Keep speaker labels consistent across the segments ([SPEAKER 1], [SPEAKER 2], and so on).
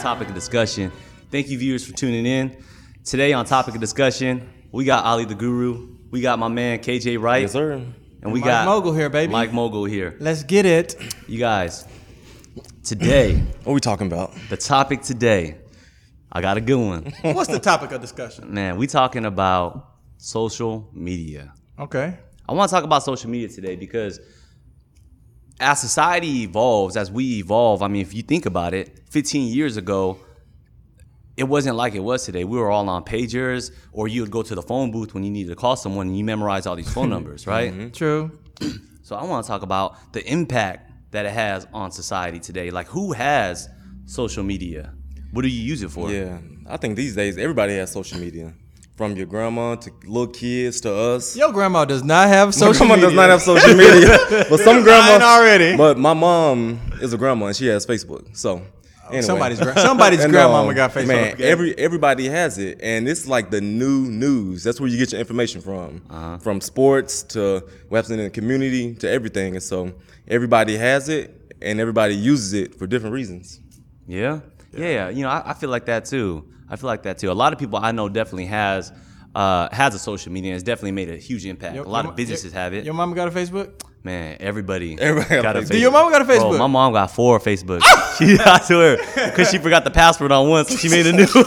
[SPEAKER 1] Topic of Discussion. Thank you, viewers, for tuning in. Today on Topic of Discussion, we got Ali the Guru, we got my man KJ Wright,
[SPEAKER 2] Yes, sir.
[SPEAKER 1] and we
[SPEAKER 3] Mike
[SPEAKER 1] got
[SPEAKER 3] Mogul here, baby.
[SPEAKER 1] Mike Mogul here.
[SPEAKER 3] Let's get it.
[SPEAKER 1] You guys, today,
[SPEAKER 2] What we talking about?
[SPEAKER 1] the topic today, I got a good one.
[SPEAKER 3] What's the topic of discussion?
[SPEAKER 1] Man, we talking about social media.
[SPEAKER 3] Okay.
[SPEAKER 1] I want to talk about social media today because as society evolves, as we evolve, I mean, if you think about it, 15 years ago, it wasn't like it was today. We were all on pagers, or you would go to the phone booth when you needed to call someone and you memorize all these phone numbers, right?
[SPEAKER 3] True.
[SPEAKER 1] So I want to talk about the impact that it has on society today. Like, who has social media? What do you use it for?
[SPEAKER 2] Yeah, I think these days everybody has social media, from your grandma to little kids to us.
[SPEAKER 3] Your grandma does not have social
[SPEAKER 2] my grandma
[SPEAKER 3] media.
[SPEAKER 2] does not have social media, but some grandmas
[SPEAKER 3] Mine already.
[SPEAKER 2] But my mom is a grandma and she has Facebook. So anyway.
[SPEAKER 3] Oh, Somebody's gra- somebody's
[SPEAKER 2] And,
[SPEAKER 3] grandmama
[SPEAKER 2] um,
[SPEAKER 3] got Facebook.
[SPEAKER 2] Man,
[SPEAKER 3] Okay.
[SPEAKER 2] every everybody has it, and it's like the new news. That's where you get your information from,
[SPEAKER 3] Uh-huh.
[SPEAKER 2] from sports to what's in the community to everything. And so everybody has it, and everybody uses it for different reasons.
[SPEAKER 1] Yeah. Yeah. You know, I, I feel like that too. I feel like that too. A lot of people I know definitely has uh, has a social media. and It's definitely made a huge impact.
[SPEAKER 3] Your-
[SPEAKER 1] a lot of
[SPEAKER 3] your mo-
[SPEAKER 1] businesses
[SPEAKER 3] your-
[SPEAKER 1] have it.
[SPEAKER 3] Your mama got a Facebook?
[SPEAKER 1] Man, everybody,
[SPEAKER 2] Everybody
[SPEAKER 1] got a
[SPEAKER 2] has
[SPEAKER 1] Facebook.
[SPEAKER 2] Do
[SPEAKER 3] your mama got a
[SPEAKER 1] Bro,
[SPEAKER 3] Facebook?
[SPEAKER 1] my mom got four Facebooks. she, I swear, because she forgot the password on one, so she made a new. one.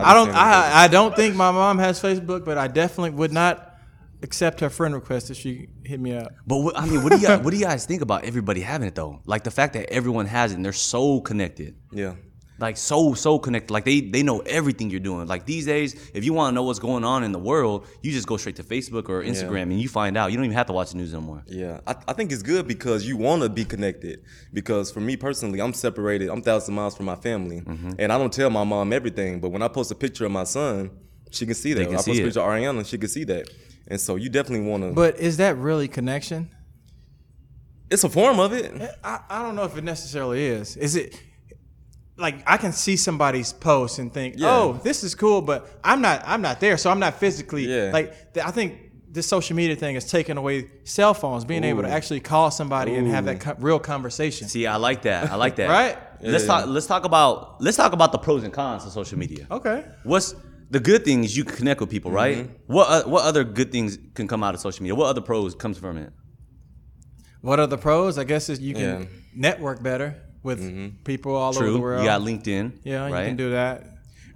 [SPEAKER 3] I don't. I, I don't think my mom has Facebook, but I definitely would not accept her friend request if she hit me up.
[SPEAKER 1] but what, I mean, what do you guys, what do you guys think about everybody having it though? Like the fact that everyone has it and they're so connected.
[SPEAKER 2] Yeah.
[SPEAKER 1] like so so connected like they they know everything you're doing like these days if you want to know what's going on in the world you just go straight to facebook or instagram and you find out you don't even have to watch the news anymore
[SPEAKER 2] Yeah, I, I think it's good because you want to be connected. Because for me personally, I'm separated. I'm thousand miles from my family,
[SPEAKER 1] Mm-hmm.
[SPEAKER 2] and I don't tell my mom everything. But when I post a picture of my son, she can see that.
[SPEAKER 1] can
[SPEAKER 2] I post
[SPEAKER 1] see
[SPEAKER 2] a
[SPEAKER 1] it.
[SPEAKER 2] picture of Ariana, she can see that. And so you definitely want to.
[SPEAKER 3] But is that really connection?
[SPEAKER 2] It's a form of it.
[SPEAKER 3] I, I don't know if it necessarily is. Is it like I can see somebody's post and think,
[SPEAKER 2] Yeah.
[SPEAKER 3] oh, this is cool, but I'm not I'm not there, so I'm not physically
[SPEAKER 2] Yeah.
[SPEAKER 3] like th- I think this social media thing is taking away cell phones, being able to actually call somebody and have that co- real conversation.
[SPEAKER 1] see i like that i like that
[SPEAKER 3] Right?
[SPEAKER 1] let's
[SPEAKER 2] Yeah.
[SPEAKER 1] talk let's talk about let's talk about the pros and cons of social media
[SPEAKER 3] Okay.
[SPEAKER 1] what's the good thing is you can connect with people right what uh, what other good things can come out of social media what other pros comes from it
[SPEAKER 3] What are the pros? I guess is you can
[SPEAKER 2] Yeah. Mm-hmm.
[SPEAKER 3] network better with people all over the
[SPEAKER 1] true
[SPEAKER 3] world.
[SPEAKER 1] you got linkedin
[SPEAKER 3] yeah,
[SPEAKER 1] right
[SPEAKER 3] you can do that.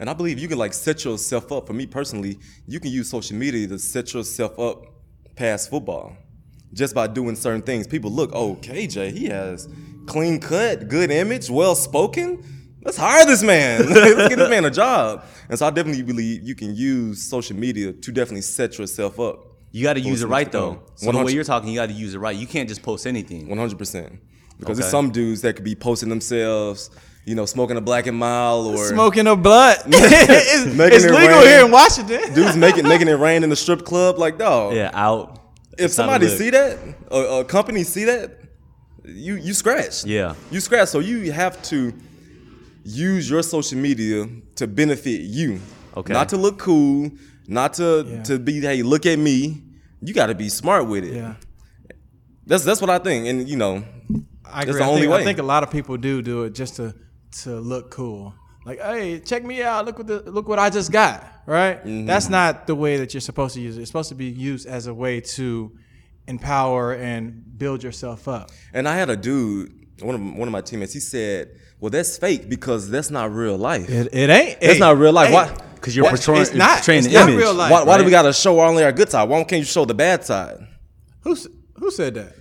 [SPEAKER 2] And I believe you can like set yourself up. For me personally, you can use social media to set yourself up past football just by doing certain things. People look, oh, KJ, he has clean cut, good image, well spoken. Let's hire this man. Let's get this man a job. And so I definitely believe you can use social media to definitely set yourself up.
[SPEAKER 1] you got to use it right
[SPEAKER 2] Posting
[SPEAKER 1] though
[SPEAKER 2] stuff.
[SPEAKER 1] so the way
[SPEAKER 2] 100
[SPEAKER 1] you're talking you got to use it right you can't just post anything
[SPEAKER 2] One hundred percent. Because
[SPEAKER 1] Okay.
[SPEAKER 2] there's some dudes that could be posting themselves, you know, smoking a black and mild or
[SPEAKER 3] Smoking a blunt. it's
[SPEAKER 2] Making
[SPEAKER 3] it's
[SPEAKER 2] it
[SPEAKER 3] legal
[SPEAKER 2] rain.
[SPEAKER 3] here in Washington.
[SPEAKER 2] dudes making making it rain in the strip club. Like, dog.
[SPEAKER 1] yeah out
[SPEAKER 2] if
[SPEAKER 1] It's not a
[SPEAKER 2] somebody
[SPEAKER 1] look.
[SPEAKER 2] see that, a, a company see that, you you scratch.
[SPEAKER 1] Yeah.
[SPEAKER 2] you scratch. So you have to use your social media to benefit you.
[SPEAKER 1] Okay.
[SPEAKER 2] Not to look cool. Not to
[SPEAKER 3] Yeah.
[SPEAKER 2] to be hey look at me. You got to be smart with it.
[SPEAKER 3] Yeah.
[SPEAKER 2] That's that's what I think. And you know,
[SPEAKER 3] I
[SPEAKER 2] That's
[SPEAKER 3] agree.
[SPEAKER 2] the
[SPEAKER 3] I,
[SPEAKER 2] only
[SPEAKER 3] think,
[SPEAKER 2] way.
[SPEAKER 3] I think a lot of people do do it just to to look cool. Like, hey, check me out. Look what the, look what I just got. Right?
[SPEAKER 2] Mm-hmm.
[SPEAKER 3] That's not the way that you're supposed to use it. It's supposed to be used as a way to empower and build yourself up.
[SPEAKER 2] and I had a dude. One of one of my teammates. He said, "Well, that's fake because that's not real life.
[SPEAKER 3] It, it ain't.
[SPEAKER 2] That's
[SPEAKER 3] hey,
[SPEAKER 2] not real life.
[SPEAKER 3] hey,
[SPEAKER 2] Why?
[SPEAKER 1] Because you're
[SPEAKER 3] What?
[SPEAKER 1] portraying,
[SPEAKER 3] It's not.
[SPEAKER 1] portraying
[SPEAKER 3] It's
[SPEAKER 1] the
[SPEAKER 3] not
[SPEAKER 1] image.
[SPEAKER 3] real life.
[SPEAKER 2] Why, why do we
[SPEAKER 1] right?
[SPEAKER 2] gotta show only our good side? Why can't you show the bad side?"
[SPEAKER 3] Who s- who said that?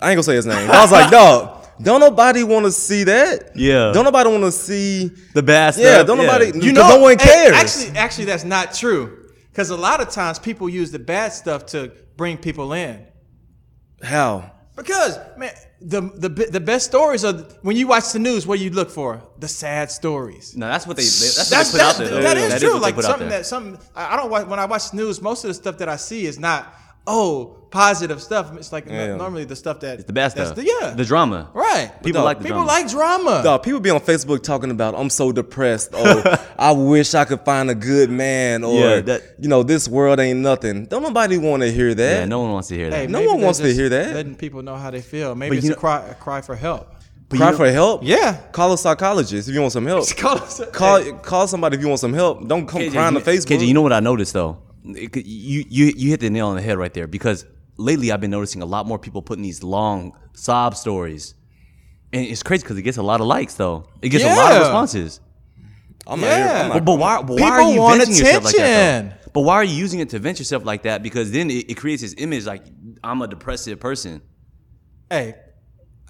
[SPEAKER 2] I ain't gonna say his name. I was like, dog, don't nobody want to see that.
[SPEAKER 1] Yeah.
[SPEAKER 2] Don't nobody want to see.
[SPEAKER 1] The bad stuff.
[SPEAKER 2] Yeah, don't nobody-
[SPEAKER 1] You
[SPEAKER 2] You know-
[SPEAKER 1] know,
[SPEAKER 2] no one
[SPEAKER 3] Oh, hey,
[SPEAKER 2] cares.
[SPEAKER 3] actually, actually, that's not true. Because a lot of times people use the bad stuff to bring people in.
[SPEAKER 2] How?
[SPEAKER 3] Because man, the the be- the best stories are when you watch the news. What do you look for? The sad stories.
[SPEAKER 1] no, that's what they. they that's,
[SPEAKER 3] That's
[SPEAKER 1] what they put
[SPEAKER 3] that's-
[SPEAKER 1] out there. though.
[SPEAKER 3] that is
[SPEAKER 1] That is
[SPEAKER 3] true.
[SPEAKER 1] what they
[SPEAKER 3] like
[SPEAKER 1] put out
[SPEAKER 3] something
[SPEAKER 1] there.
[SPEAKER 3] that some I I don't watch when I watch the news. Most of the stuff that I see is not oh positive stuff. It's like
[SPEAKER 2] Yeah.
[SPEAKER 3] normally the stuff that
[SPEAKER 1] the bad
[SPEAKER 3] that's
[SPEAKER 1] stuff.
[SPEAKER 3] The, yeah,
[SPEAKER 1] the drama.
[SPEAKER 3] right.
[SPEAKER 1] People
[SPEAKER 3] Dog,
[SPEAKER 1] like the
[SPEAKER 3] people
[SPEAKER 1] drama.
[SPEAKER 3] like drama.
[SPEAKER 2] Dog, people be on Facebook talking about I'm so depressed. Oh, I wish I could find a good man. Or
[SPEAKER 1] Yeah, that-
[SPEAKER 2] you know, this world ain't nothing. Don't nobody want to hear that.
[SPEAKER 1] Yeah, no one wants to hear that.
[SPEAKER 3] Hey,
[SPEAKER 2] no
[SPEAKER 3] maybe
[SPEAKER 2] one
[SPEAKER 3] they're
[SPEAKER 2] wants to
[SPEAKER 3] just
[SPEAKER 2] hear that.
[SPEAKER 3] Letting people know how they feel. Maybe
[SPEAKER 1] But
[SPEAKER 3] it's
[SPEAKER 1] you
[SPEAKER 3] a
[SPEAKER 1] know-
[SPEAKER 3] cry a cry for help.
[SPEAKER 1] But
[SPEAKER 2] Cry
[SPEAKER 1] you
[SPEAKER 2] for help.
[SPEAKER 3] Yeah.
[SPEAKER 2] Call a psychologist if you want some help.
[SPEAKER 3] Call us-
[SPEAKER 2] Call call somebody if you want some help. Don't come
[SPEAKER 1] KJ,
[SPEAKER 2] crying
[SPEAKER 1] you-
[SPEAKER 2] on Facebook.
[SPEAKER 1] KJ, you know what I noticed though? It could- You you you hit the nail on the head right there because lately I've been noticing a lot more people putting these long sob stories, and it's crazy because it gets a lot of likes though. It gets a lot
[SPEAKER 3] Yeah.
[SPEAKER 1] of responses.
[SPEAKER 2] I'm
[SPEAKER 3] Yeah.
[SPEAKER 2] not here. I'm
[SPEAKER 1] But,
[SPEAKER 2] not,
[SPEAKER 1] but why? But why are
[SPEAKER 3] People
[SPEAKER 1] you
[SPEAKER 3] want
[SPEAKER 1] venting yourself like that?
[SPEAKER 3] attention.
[SPEAKER 1] Though? But why are you using it to vent yourself like that? Because then it, it creates this image like I'm a depressive person.
[SPEAKER 3] hey,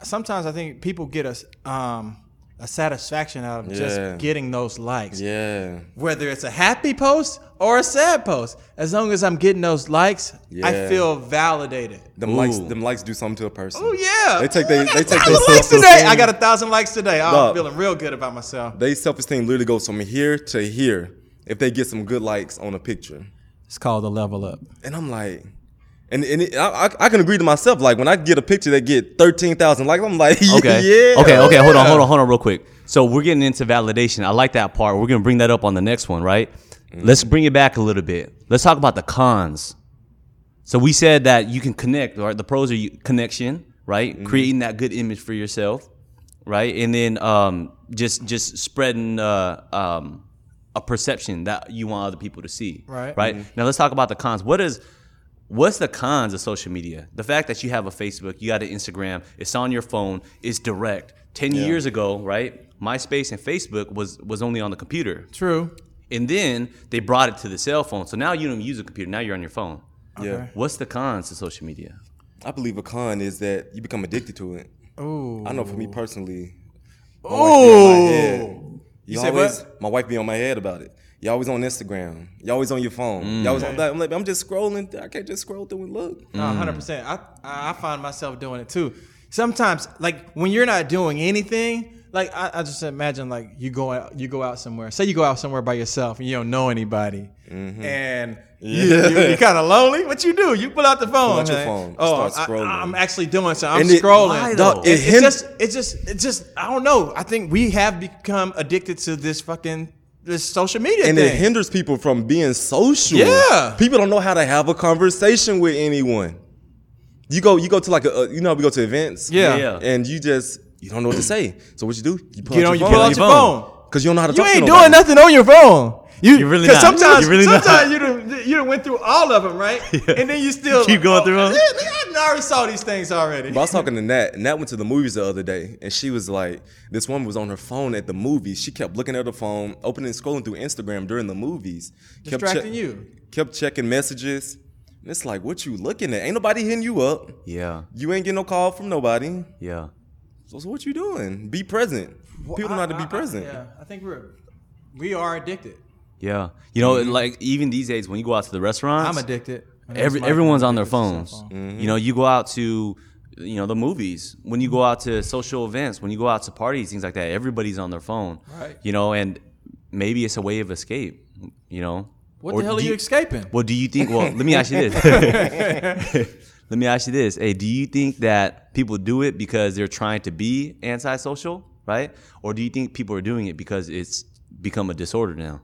[SPEAKER 3] sometimes I think people get us um, a satisfaction out of
[SPEAKER 2] Yeah.
[SPEAKER 3] just getting those likes.
[SPEAKER 2] yeah.
[SPEAKER 3] Whether it's a happy post or a sad post, as long as I'm getting those likes, I
[SPEAKER 2] Yeah.
[SPEAKER 3] feel validated.
[SPEAKER 2] Them
[SPEAKER 1] Ooh.
[SPEAKER 2] likes them likes do something to a person.
[SPEAKER 3] Oh yeah,
[SPEAKER 2] They take
[SPEAKER 3] Ooh,
[SPEAKER 2] they-
[SPEAKER 3] I got
[SPEAKER 2] they
[SPEAKER 3] a
[SPEAKER 2] take
[SPEAKER 3] thousand
[SPEAKER 2] their
[SPEAKER 3] likes
[SPEAKER 2] self-esteem.
[SPEAKER 3] today. I got a thousand likes today. Oh, I'm
[SPEAKER 2] Dog.
[SPEAKER 3] feeling real good about myself.
[SPEAKER 2] They self esteem literally goes from here to here if they get some good likes on a picture.
[SPEAKER 3] It's called the level up.
[SPEAKER 2] And I'm like, and, and it, I, I- I can agree to myself. Like when I get a picture that get thirteen thousand likes, I'm like,
[SPEAKER 1] Okay.
[SPEAKER 2] yeah,
[SPEAKER 1] Okay. Okay. Hold on.
[SPEAKER 2] yeah.
[SPEAKER 1] Hold on. Hold on. Real quick. So we're getting into validation. I like that part. We're gonna bring that up on the next one, right? Let's bring it back a little bit. Let's talk about the cons. So we said that you can connect, right? The pros are you, connection, right? Creating that good image for yourself, right? And then um, just just spreading uh, um, a perception that you want other people to see,
[SPEAKER 3] Right.
[SPEAKER 1] Right. Now let's talk about the cons. What is What's the cons of social media? The fact that you have a Facebook, you got an Instagram, it's on your phone, it's direct. Ten years ago, right? MySpace and Facebook was was only on the computer,
[SPEAKER 3] True.
[SPEAKER 1] and then they brought it to the cell phone. So now you don't use a computer. Now you're on your phone.
[SPEAKER 2] Yeah,
[SPEAKER 3] Okay.
[SPEAKER 1] What's the cons to social media?
[SPEAKER 2] I believe a con is that you become addicted to it.
[SPEAKER 3] Ooh.
[SPEAKER 2] I know for me personally,
[SPEAKER 3] Ooh.
[SPEAKER 2] my wife be on my head. You,
[SPEAKER 3] said
[SPEAKER 2] always, my wife be on my head about it. You always on Instagram. You always on your phone. You always on that. I'm like, I'm just scrolling. I can't just scroll through and look.
[SPEAKER 3] No, hundred percent. I I I find myself doing it too. Sometimes, like when you're not doing anything, like I, I just imagine like you go out, you go out somewhere. Say you go out somewhere by yourself and you don't know anybody, and you,
[SPEAKER 2] Mm-hmm. Yeah.
[SPEAKER 3] are kind of lonely. What you do? You pull out the phone.
[SPEAKER 2] out your
[SPEAKER 3] like,
[SPEAKER 2] phone,
[SPEAKER 3] Oh,
[SPEAKER 2] start scrolling.
[SPEAKER 3] I, am actually doing something. I'm
[SPEAKER 2] And it-
[SPEAKER 1] Why,
[SPEAKER 3] scrolling.
[SPEAKER 1] though?
[SPEAKER 3] it,
[SPEAKER 2] It
[SPEAKER 3] it's
[SPEAKER 2] hin-
[SPEAKER 3] just, it's just, it's just. I don't know. I think we have become addicted to this fucking this social media
[SPEAKER 2] and
[SPEAKER 3] thing.
[SPEAKER 2] it hinders people from being social.
[SPEAKER 3] Yeah.
[SPEAKER 2] people don't know how to have a conversation with anyone. You go, you go to like a, uh, you know, how we go to events.
[SPEAKER 3] Yeah.
[SPEAKER 1] Yeah.
[SPEAKER 2] and you just you don't know what to say. So what you do? You pull
[SPEAKER 3] Get
[SPEAKER 2] out
[SPEAKER 3] on, you
[SPEAKER 2] your
[SPEAKER 3] pull out
[SPEAKER 2] phone
[SPEAKER 3] your phone.
[SPEAKER 2] because you don't know how to
[SPEAKER 3] You
[SPEAKER 2] talk.
[SPEAKER 3] ain't
[SPEAKER 2] to
[SPEAKER 3] doing
[SPEAKER 2] nobody.
[SPEAKER 3] nothing on your phone. You,
[SPEAKER 1] You really
[SPEAKER 3] 'cause
[SPEAKER 1] not.
[SPEAKER 3] Sometimes,
[SPEAKER 1] You really not.
[SPEAKER 3] sometimes you done, you done went through all of them, right? And then you still
[SPEAKER 1] Keep going through 'em?
[SPEAKER 3] Yeah, nigga, I already saw these things already.
[SPEAKER 2] But I was talking to Nat, and Nat went to the movies the other day, and she was like, this woman was on her phone at the movies. She kept looking at her phone, opening and scrolling through Instagram during the movies. Kept
[SPEAKER 3] Distracting you.
[SPEAKER 2] Kept checking messages. And it's like, what you looking at? Ain't nobody hitting you up.
[SPEAKER 1] Yeah.
[SPEAKER 2] You ain't getting no call from nobody.
[SPEAKER 1] Yeah.
[SPEAKER 2] So, so what you doing? Be present. People don't know how to
[SPEAKER 3] I-
[SPEAKER 2] be
[SPEAKER 3] I-
[SPEAKER 2] present.
[SPEAKER 3] yeah, I think we're we are addicted.
[SPEAKER 1] Yeah. You know, like even these days when you go out to the restaurants,
[SPEAKER 3] Mm-hmm. I'm addicted.
[SPEAKER 1] Every,
[SPEAKER 3] My-
[SPEAKER 1] everyone's on their
[SPEAKER 3] addicted to cell
[SPEAKER 1] phones. You know, you go out to, you know, the movies. When you go out to social events, when you go out to parties, things like that. Everybody's on their phone.
[SPEAKER 3] Right.
[SPEAKER 1] You know, and maybe it's a way of escape. You know.
[SPEAKER 3] What
[SPEAKER 1] Or
[SPEAKER 3] the hell are
[SPEAKER 1] do
[SPEAKER 3] you escaping?
[SPEAKER 1] Well, do you think? Well, let me ask you this. let me ask you this. Hey, do you think that people do it because they're trying to be antisocial, right? Or do you think people are doing it because it's become a disorder now?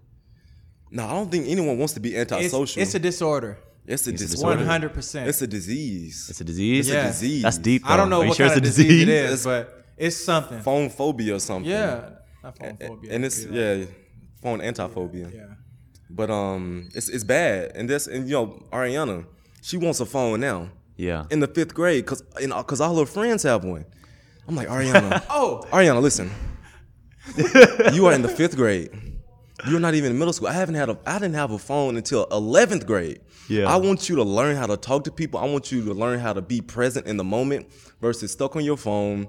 [SPEAKER 2] No, I don't think anyone wants to be
[SPEAKER 3] it's,
[SPEAKER 2] antisocial.
[SPEAKER 3] it's a disorder.
[SPEAKER 2] it's a
[SPEAKER 1] disorder.
[SPEAKER 2] disorder.
[SPEAKER 3] 100%.
[SPEAKER 2] It's a disease.
[SPEAKER 1] It's a disease.
[SPEAKER 3] It's a Yeah.
[SPEAKER 2] disease.
[SPEAKER 1] That's deep.
[SPEAKER 3] I don't
[SPEAKER 1] though.
[SPEAKER 3] know
[SPEAKER 1] Are you
[SPEAKER 3] what
[SPEAKER 1] sure
[SPEAKER 3] kind of
[SPEAKER 1] it's a
[SPEAKER 3] disease, it is, but it's something.
[SPEAKER 2] phone phobia or something.
[SPEAKER 3] Yeah. Not
[SPEAKER 2] A-
[SPEAKER 3] phonephobia,
[SPEAKER 2] And it's
[SPEAKER 3] it'd be like-
[SPEAKER 2] yeah, phone antiphobia.
[SPEAKER 3] yeah.
[SPEAKER 2] But um, it's it's bad, and that's and you know Ariana, she wants a phone now
[SPEAKER 1] Yeah.
[SPEAKER 2] in the fifth grade, cause in, cause all her friends have one. I'm like Ariana,
[SPEAKER 3] Oh,
[SPEAKER 2] Ariana, listen, you are in the fifth grade. You're not even in middle school. I haven't had a I didn't have a phone until eleventh grade.
[SPEAKER 1] Yeah.
[SPEAKER 2] I want you to learn how to talk to people. I want you to learn how to be present in the moment versus stuck on your phone,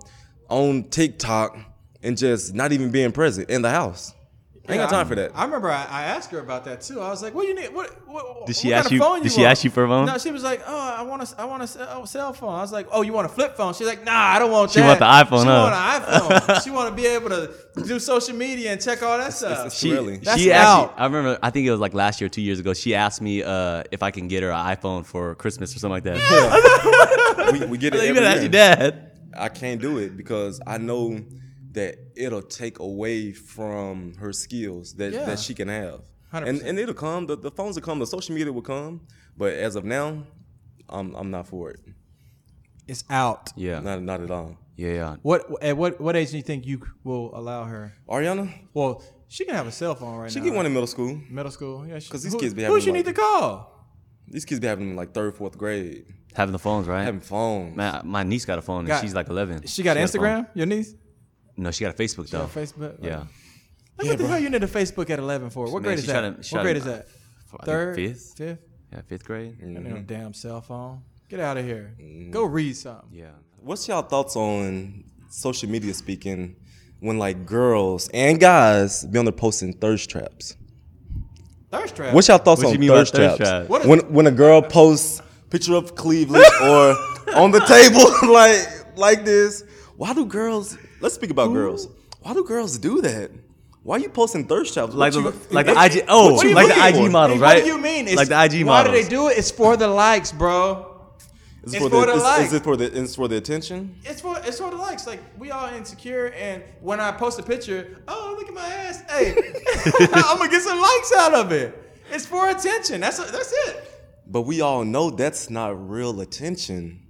[SPEAKER 2] on TikTok, and just not even being present in the house. I ain't got
[SPEAKER 3] Yeah,
[SPEAKER 2] time for that.
[SPEAKER 3] I remember I, I asked her about that too. I was like, "What do you need? What? what
[SPEAKER 1] Did she
[SPEAKER 3] what
[SPEAKER 1] ask
[SPEAKER 3] kind
[SPEAKER 1] you-
[SPEAKER 3] Of phone
[SPEAKER 1] did
[SPEAKER 3] you
[SPEAKER 1] she
[SPEAKER 3] want?
[SPEAKER 1] ask you for a phone?
[SPEAKER 3] No, she was like, "Oh, I want a, I want a cell, cell phone." I was like, "Oh, you want a flip phone?" She's like, "Nah, I don't want
[SPEAKER 1] She
[SPEAKER 3] that."
[SPEAKER 1] want the iPhone,
[SPEAKER 3] She
[SPEAKER 1] huh?
[SPEAKER 3] want an iPhone. she want to be able to do social media and check all that stuff.
[SPEAKER 2] it's- Really?
[SPEAKER 3] That's
[SPEAKER 1] she actually,
[SPEAKER 3] out.
[SPEAKER 1] I remember. I think it was like last year, two years ago. She asked me uh, if I can get her an iPhone for Christmas or something like that.
[SPEAKER 2] we, we get
[SPEAKER 1] I
[SPEAKER 2] it
[SPEAKER 1] was like, you
[SPEAKER 2] every
[SPEAKER 1] better ask your
[SPEAKER 2] year.
[SPEAKER 1] dad.
[SPEAKER 2] I can't do it because I know that it'll take away from her skills that,
[SPEAKER 3] Yeah.
[SPEAKER 2] that she can have.
[SPEAKER 3] 100%.
[SPEAKER 2] And and it'll come. The, the phones will come. The social media will come. But as of now, I'm I'm not for it.
[SPEAKER 3] it's out.
[SPEAKER 1] Yeah.
[SPEAKER 2] Not, not at all.
[SPEAKER 1] yeah. Yeah.
[SPEAKER 3] What at what what age do you think you will allow her?
[SPEAKER 2] Ariana,
[SPEAKER 3] Well, she can have a cell phone right
[SPEAKER 2] she
[SPEAKER 3] now.
[SPEAKER 2] get one in middle school.
[SPEAKER 3] middle school. Yeah,
[SPEAKER 2] 'Cause these kids be
[SPEAKER 3] Who
[SPEAKER 2] having,
[SPEAKER 3] she
[SPEAKER 2] like-
[SPEAKER 3] need to call?
[SPEAKER 2] These kids be having them in like third, fourth grade,
[SPEAKER 1] Having the phones, right?
[SPEAKER 2] having phones.
[SPEAKER 1] My, my niece got a phone and
[SPEAKER 3] Got-
[SPEAKER 1] she's like 11.
[SPEAKER 3] She got
[SPEAKER 1] a phone.
[SPEAKER 3] Instagram. Your niece.
[SPEAKER 1] No, she got a Facebook though.
[SPEAKER 3] Got Facebook.
[SPEAKER 1] Yeah.
[SPEAKER 3] Like, what the hell you need a Facebook at eleven for? What
[SPEAKER 1] Man,
[SPEAKER 3] grade
[SPEAKER 1] she
[SPEAKER 3] is
[SPEAKER 1] tried to-
[SPEAKER 3] that?
[SPEAKER 1] she
[SPEAKER 3] what
[SPEAKER 1] tried
[SPEAKER 3] grade
[SPEAKER 1] to-
[SPEAKER 3] is that?
[SPEAKER 1] I think
[SPEAKER 3] Third,
[SPEAKER 1] fifth?
[SPEAKER 3] fifth.
[SPEAKER 1] Yeah, fifth grade.
[SPEAKER 3] I need a damn cell phone. Get out of here. Go read something.
[SPEAKER 1] Yeah.
[SPEAKER 2] What's y'all thoughts on social media speaking when like girls and guys be on there posting thirst traps?
[SPEAKER 3] Thirst trap.
[SPEAKER 2] What's y'all thoughts
[SPEAKER 1] What you
[SPEAKER 2] on
[SPEAKER 1] mean by
[SPEAKER 2] thirst,
[SPEAKER 1] thirst
[SPEAKER 2] traps?
[SPEAKER 1] trap?
[SPEAKER 3] What is-
[SPEAKER 2] when when a girl posts picture of Cleveland or on the table like like this, why do girls? Let's speak about girls. Why do girls do that? Why you posting thirst traps?
[SPEAKER 1] Like
[SPEAKER 2] What
[SPEAKER 1] the
[SPEAKER 2] you-
[SPEAKER 1] like
[SPEAKER 2] what-
[SPEAKER 1] the IG oh
[SPEAKER 2] what you
[SPEAKER 1] like
[SPEAKER 2] looking
[SPEAKER 1] the
[SPEAKER 2] for?
[SPEAKER 1] IG models,
[SPEAKER 3] What
[SPEAKER 1] right?
[SPEAKER 3] do you mean?
[SPEAKER 1] like the IG
[SPEAKER 3] Why do
[SPEAKER 1] models.
[SPEAKER 3] they do it? It's for the likes, bro.
[SPEAKER 2] Is
[SPEAKER 3] It's
[SPEAKER 2] for
[SPEAKER 3] for the
[SPEAKER 2] the is-
[SPEAKER 3] like.
[SPEAKER 2] is it for the it's for the attention?
[SPEAKER 3] It's for it's for the likes. Like we all insecure, and when I post a picture, oh look at my ass. Hey, I'm gonna get some likes out of it. It's for attention. That's that's it.
[SPEAKER 2] But we all know that's not real attention.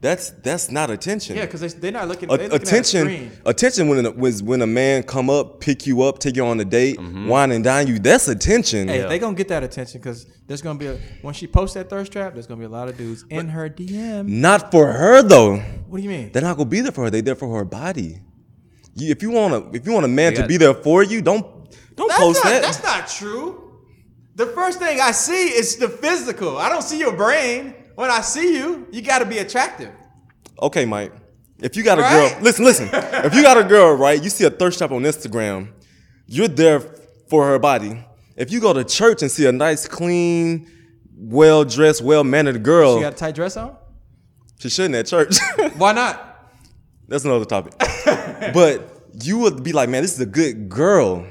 [SPEAKER 2] That's that's not attention.
[SPEAKER 3] Yeah, because they, they're not looking.
[SPEAKER 2] A-
[SPEAKER 3] they're looking At the
[SPEAKER 2] attention,
[SPEAKER 3] screen.
[SPEAKER 2] attention when a, was when a man come up, pick you up, take you on a date, wine and dine you. That's attention.
[SPEAKER 3] Hey, they gonna get that attention because there's gonna be a, when she posts that thirst trap, there's gonna be a lot of dudes in her DM.
[SPEAKER 2] Not for her though.
[SPEAKER 3] What do you mean?
[SPEAKER 2] They're not gonna be there for her. They there for her body. You, if you want a if you want a man to
[SPEAKER 1] got-
[SPEAKER 2] be there for you, don't don't
[SPEAKER 3] that's
[SPEAKER 2] post
[SPEAKER 3] not,
[SPEAKER 2] that.
[SPEAKER 3] That's not true. The first thing I see is the physical. I don't see your brain. When I see you, you got to be attractive.
[SPEAKER 2] okay, Mike. If you got a
[SPEAKER 3] Right?
[SPEAKER 2] girl, listen, listen. if you got a girl, right, you see a thirst trap on Instagram, you're there for her body. If you go to church and see a nice, clean, well dressed, well mannered
[SPEAKER 3] You
[SPEAKER 2] girl,
[SPEAKER 3] got a tight dress on?
[SPEAKER 2] she shouldn't at church.
[SPEAKER 3] Why not?
[SPEAKER 2] That's another topic. but you would be like, man, this is a good girl.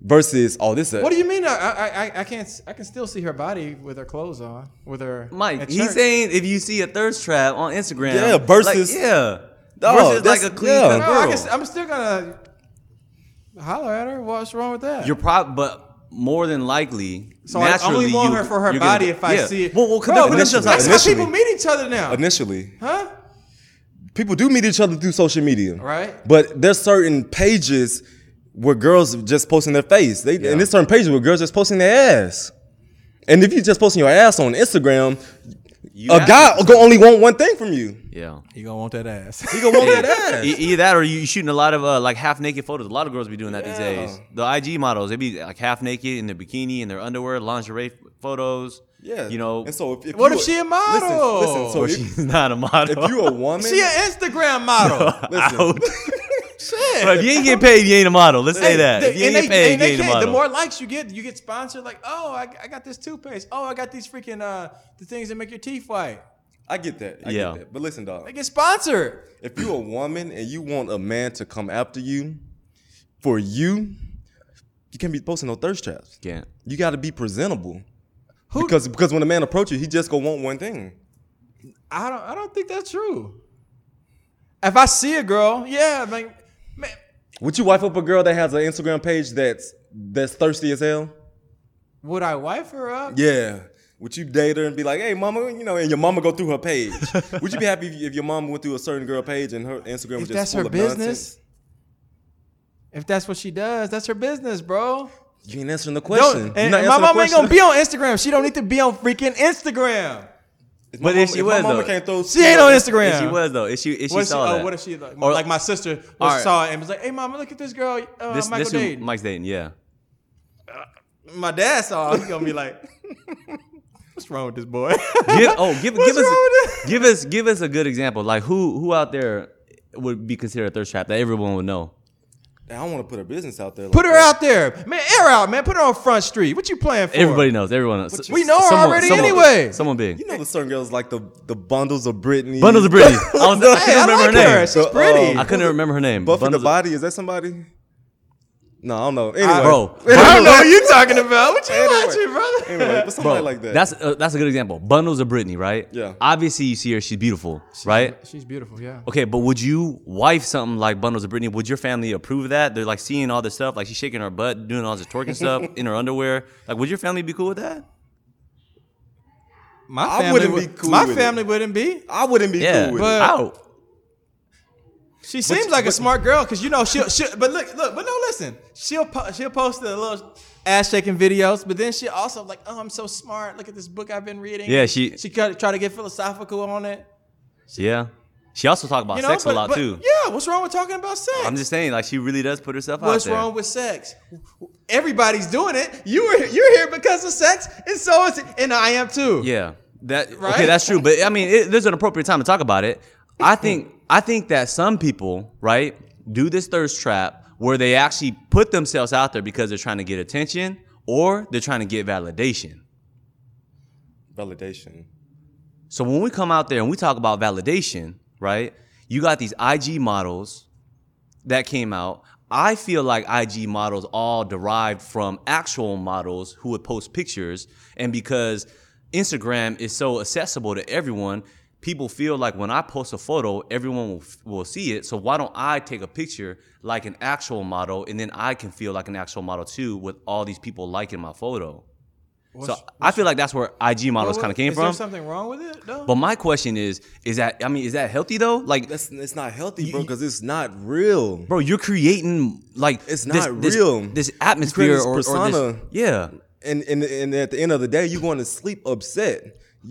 [SPEAKER 2] Versus, oh, this is a,
[SPEAKER 3] What do you mean? I I, I, I can't. s- I can still see her body with her clothes on. With her
[SPEAKER 1] Mike,
[SPEAKER 3] at
[SPEAKER 1] he's
[SPEAKER 3] church.
[SPEAKER 1] saying if you see a thirst trap on Instagram,
[SPEAKER 2] Yeah, versus-
[SPEAKER 1] like, yeah,
[SPEAKER 2] Oh,
[SPEAKER 1] versus
[SPEAKER 2] that's-
[SPEAKER 1] like a clean
[SPEAKER 2] yeah.
[SPEAKER 1] cut
[SPEAKER 3] No,
[SPEAKER 1] girl.
[SPEAKER 3] I uh, can, I'm still gonna holler at her. What's wrong with that?
[SPEAKER 1] You're probably, but more than likely,
[SPEAKER 3] So
[SPEAKER 1] naturally,
[SPEAKER 3] I only want
[SPEAKER 1] you,
[SPEAKER 3] her for her
[SPEAKER 1] you're
[SPEAKER 3] body
[SPEAKER 1] gonna-
[SPEAKER 3] if I
[SPEAKER 1] yeah.
[SPEAKER 3] see it.
[SPEAKER 1] Well, well,
[SPEAKER 3] Bro,
[SPEAKER 1] conduct
[SPEAKER 3] but
[SPEAKER 1] themselves
[SPEAKER 3] that's
[SPEAKER 1] like
[SPEAKER 3] how
[SPEAKER 1] that.
[SPEAKER 2] initially.
[SPEAKER 3] people meet each other now,
[SPEAKER 2] initially.
[SPEAKER 3] huh?
[SPEAKER 2] People do meet each other through social media.
[SPEAKER 3] Right.
[SPEAKER 2] But there's certain pages where girls just posting their face. They,
[SPEAKER 1] Yeah.
[SPEAKER 2] And there's certain pages where girls just posting their ass. And if you just posting your ass on Instagram,
[SPEAKER 1] You
[SPEAKER 2] a
[SPEAKER 1] have
[SPEAKER 2] guy will go- only want one thing from you.
[SPEAKER 1] Yeah.
[SPEAKER 3] You gonna want that ass?
[SPEAKER 2] He gonna want that
[SPEAKER 1] Yeah.
[SPEAKER 2] ass.
[SPEAKER 1] E- Either that or you shooting a lot of uh, like half naked photos. A lot of girls be doing that
[SPEAKER 2] Yeah.
[SPEAKER 1] these days. The IG models, they be like half naked in their bikini and their underwear, lingerie photos.
[SPEAKER 2] Yeah.
[SPEAKER 1] You know,
[SPEAKER 2] And so if, if
[SPEAKER 3] What
[SPEAKER 2] you
[SPEAKER 3] if
[SPEAKER 2] a-
[SPEAKER 3] she a
[SPEAKER 2] listen,
[SPEAKER 3] model?
[SPEAKER 2] Listen, so
[SPEAKER 1] or
[SPEAKER 2] if,
[SPEAKER 1] she's not a model.
[SPEAKER 2] if you a woman,
[SPEAKER 3] she an Instagram model.
[SPEAKER 1] out.
[SPEAKER 3] Shit.
[SPEAKER 1] But if you ain't get paid, you ain't a model. Let's say that. If you ain't
[SPEAKER 3] and
[SPEAKER 1] get
[SPEAKER 3] they,
[SPEAKER 1] paid,
[SPEAKER 3] and
[SPEAKER 1] you
[SPEAKER 3] they
[SPEAKER 1] ain't a
[SPEAKER 3] can't-
[SPEAKER 1] model.
[SPEAKER 3] the more likes you get, you get sponsored. Like, oh, I, I got this toothpaste. Oh, I got these freaking uh, the things that make your teeth white.
[SPEAKER 2] I get that. I
[SPEAKER 1] Yeah.
[SPEAKER 2] get that. But listen, dog.
[SPEAKER 3] They get sponsored.
[SPEAKER 2] If you're a woman and you want a man to come after you for you, you can't be posting no thirst traps.
[SPEAKER 1] Can't.
[SPEAKER 2] You got to be presentable.
[SPEAKER 3] Who-
[SPEAKER 2] Because because when a man approaches you, he just gonna want one thing.
[SPEAKER 3] I don't. I don't think that's true. If I see a girl, yeah, like, man,
[SPEAKER 2] Would you wife up a girl that has an Instagram page that's that's thirsty as hell?
[SPEAKER 3] would I wife her up?
[SPEAKER 2] Yeah. Would you date her and be like, "Hey, mama," you know, and your mama go through her page? Would you be happy if, if your mom went through a certain girl page and her Instagram
[SPEAKER 3] If
[SPEAKER 2] was just
[SPEAKER 3] that's
[SPEAKER 2] full
[SPEAKER 3] her
[SPEAKER 2] of
[SPEAKER 3] business,
[SPEAKER 2] nonsense?
[SPEAKER 3] if that's what she does, that's her business, bro.
[SPEAKER 2] You ain't answering the
[SPEAKER 3] Don't,
[SPEAKER 2] question.
[SPEAKER 3] and,
[SPEAKER 2] You're
[SPEAKER 3] and my
[SPEAKER 2] not answering the
[SPEAKER 3] mom ain't gonna be
[SPEAKER 2] question.
[SPEAKER 3] on Instagram. She don't need to be on freaking Instagram.
[SPEAKER 2] If my
[SPEAKER 1] But if
[SPEAKER 2] mama-
[SPEAKER 1] she
[SPEAKER 2] if
[SPEAKER 1] was,
[SPEAKER 2] my mama
[SPEAKER 1] though.
[SPEAKER 2] can't throw
[SPEAKER 3] She ain't on Instagram.
[SPEAKER 1] If she was though, if she if she
[SPEAKER 3] What if she,
[SPEAKER 1] saw
[SPEAKER 3] oh,
[SPEAKER 1] that,
[SPEAKER 3] what if she like,
[SPEAKER 1] Or-
[SPEAKER 3] like my sister
[SPEAKER 1] All right.
[SPEAKER 3] saw it and was like, "Hey, mama, look at this girl, uh,
[SPEAKER 1] this
[SPEAKER 3] Michael
[SPEAKER 1] this who
[SPEAKER 3] Dade." My,
[SPEAKER 1] Mike's dating, yeah.
[SPEAKER 3] dad saw it. He's gonna be like, "What's wrong with this boy?"
[SPEAKER 1] Give, oh, give
[SPEAKER 3] What's
[SPEAKER 1] give us
[SPEAKER 3] wrong with that?
[SPEAKER 1] give us give us a good example. Like who who out there would be considered a thirst trap that everyone would know?
[SPEAKER 2] I don't want to put her business out there. like
[SPEAKER 3] Put her
[SPEAKER 2] that.
[SPEAKER 3] out there, man. Air out, man. Put her on Front Street. What you playing for?
[SPEAKER 1] Everybody knows. Everyone knows.
[SPEAKER 3] you- We know her already anyway.
[SPEAKER 1] Someone big.
[SPEAKER 2] You know the certain girls like the the bundles of Britney.
[SPEAKER 1] Bundles of Britney. I, was, I
[SPEAKER 3] Hey,
[SPEAKER 1] couldn't
[SPEAKER 3] I
[SPEAKER 1] remember
[SPEAKER 3] like
[SPEAKER 1] her name.
[SPEAKER 3] her. She's
[SPEAKER 2] So,
[SPEAKER 3] pretty.
[SPEAKER 2] um,
[SPEAKER 1] I couldn't remember her name.
[SPEAKER 2] Buffing the
[SPEAKER 1] Bundles of-
[SPEAKER 2] body. Is that somebody? No, I don't know. Anyway,
[SPEAKER 1] Bro.
[SPEAKER 3] I don't know what you talking about. What you
[SPEAKER 2] Anyway.
[SPEAKER 3] watching, brother?
[SPEAKER 2] Anyway, but somebody like that.
[SPEAKER 1] That's uh, that's a good example. Bundles of Britney, right?
[SPEAKER 2] Yeah.
[SPEAKER 1] Obviously, you see her; she's beautiful, right?
[SPEAKER 3] She's beautiful, yeah.
[SPEAKER 1] Okay, but would you wife something like Bundles of Britney? Would your family approve of that? They're like seeing all this stuff, like she's shaking her butt, doing all this twerking stuff in her underwear. Like, would your family be cool with that?
[SPEAKER 3] my
[SPEAKER 2] I
[SPEAKER 3] family
[SPEAKER 2] wouldn't
[SPEAKER 3] would,
[SPEAKER 2] be cool
[SPEAKER 3] My
[SPEAKER 2] with it.
[SPEAKER 3] family wouldn't be.
[SPEAKER 2] I wouldn't be
[SPEAKER 1] Yeah,
[SPEAKER 2] cool with
[SPEAKER 3] But-
[SPEAKER 2] it.
[SPEAKER 1] out.
[SPEAKER 3] She seems like a smart girl because you know she'll, she'll. But look, look, but no, listen. She'll po- she'll post the little ass shaking videos, but then she also like, oh, I'm so smart. Look at this book I've been reading.
[SPEAKER 1] Yeah, she-
[SPEAKER 3] she try try to get philosophical on it.
[SPEAKER 1] Yeah, she also talked about
[SPEAKER 3] You know,
[SPEAKER 1] sex
[SPEAKER 3] but-
[SPEAKER 1] a lot
[SPEAKER 3] but-
[SPEAKER 1] too.
[SPEAKER 3] Yeah, what's wrong with talking about sex?
[SPEAKER 1] I'm just saying, like she really does put herself
[SPEAKER 3] What's
[SPEAKER 1] out there.
[SPEAKER 3] wrong with sex? Everybody's doing it. You were you're here because of sex, and so is and I am too.
[SPEAKER 1] Yeah, that okay,
[SPEAKER 3] Right?
[SPEAKER 1] that's true. But I mean, it, there's an appropriate time to talk about it. I think I think that some people right do this thirst trap where they actually put themselves out there because they're trying to get attention or they're trying to get validation.
[SPEAKER 2] Validation.
[SPEAKER 1] So when we come out there and we talk about validation, right? You got these IG models that came out. I feel like IG models all derived from actual models who would post pictures. And because Instagram is so accessible to everyone, people feel like when I post a photo, everyone will, will see it. So why don't I take a picture like an actual model and then I can feel like an actual model too with all these people liking my photo? so I feel like that's where IG models kind of came
[SPEAKER 3] is
[SPEAKER 1] from.
[SPEAKER 3] Is there something wrong with it? though?
[SPEAKER 1] But my question is, is that I mean, is that healthy though? Like,
[SPEAKER 2] That's it's not healthy, bro, because it's not real.
[SPEAKER 1] bro, you're creating like
[SPEAKER 2] It's
[SPEAKER 1] this-
[SPEAKER 2] not
[SPEAKER 1] this-
[SPEAKER 2] real.
[SPEAKER 1] This
[SPEAKER 2] You create
[SPEAKER 1] atmosphere
[SPEAKER 2] this
[SPEAKER 1] or, or this-
[SPEAKER 2] persona.
[SPEAKER 1] yeah,
[SPEAKER 2] And, and and at the end of the day, you're going to sleep upset.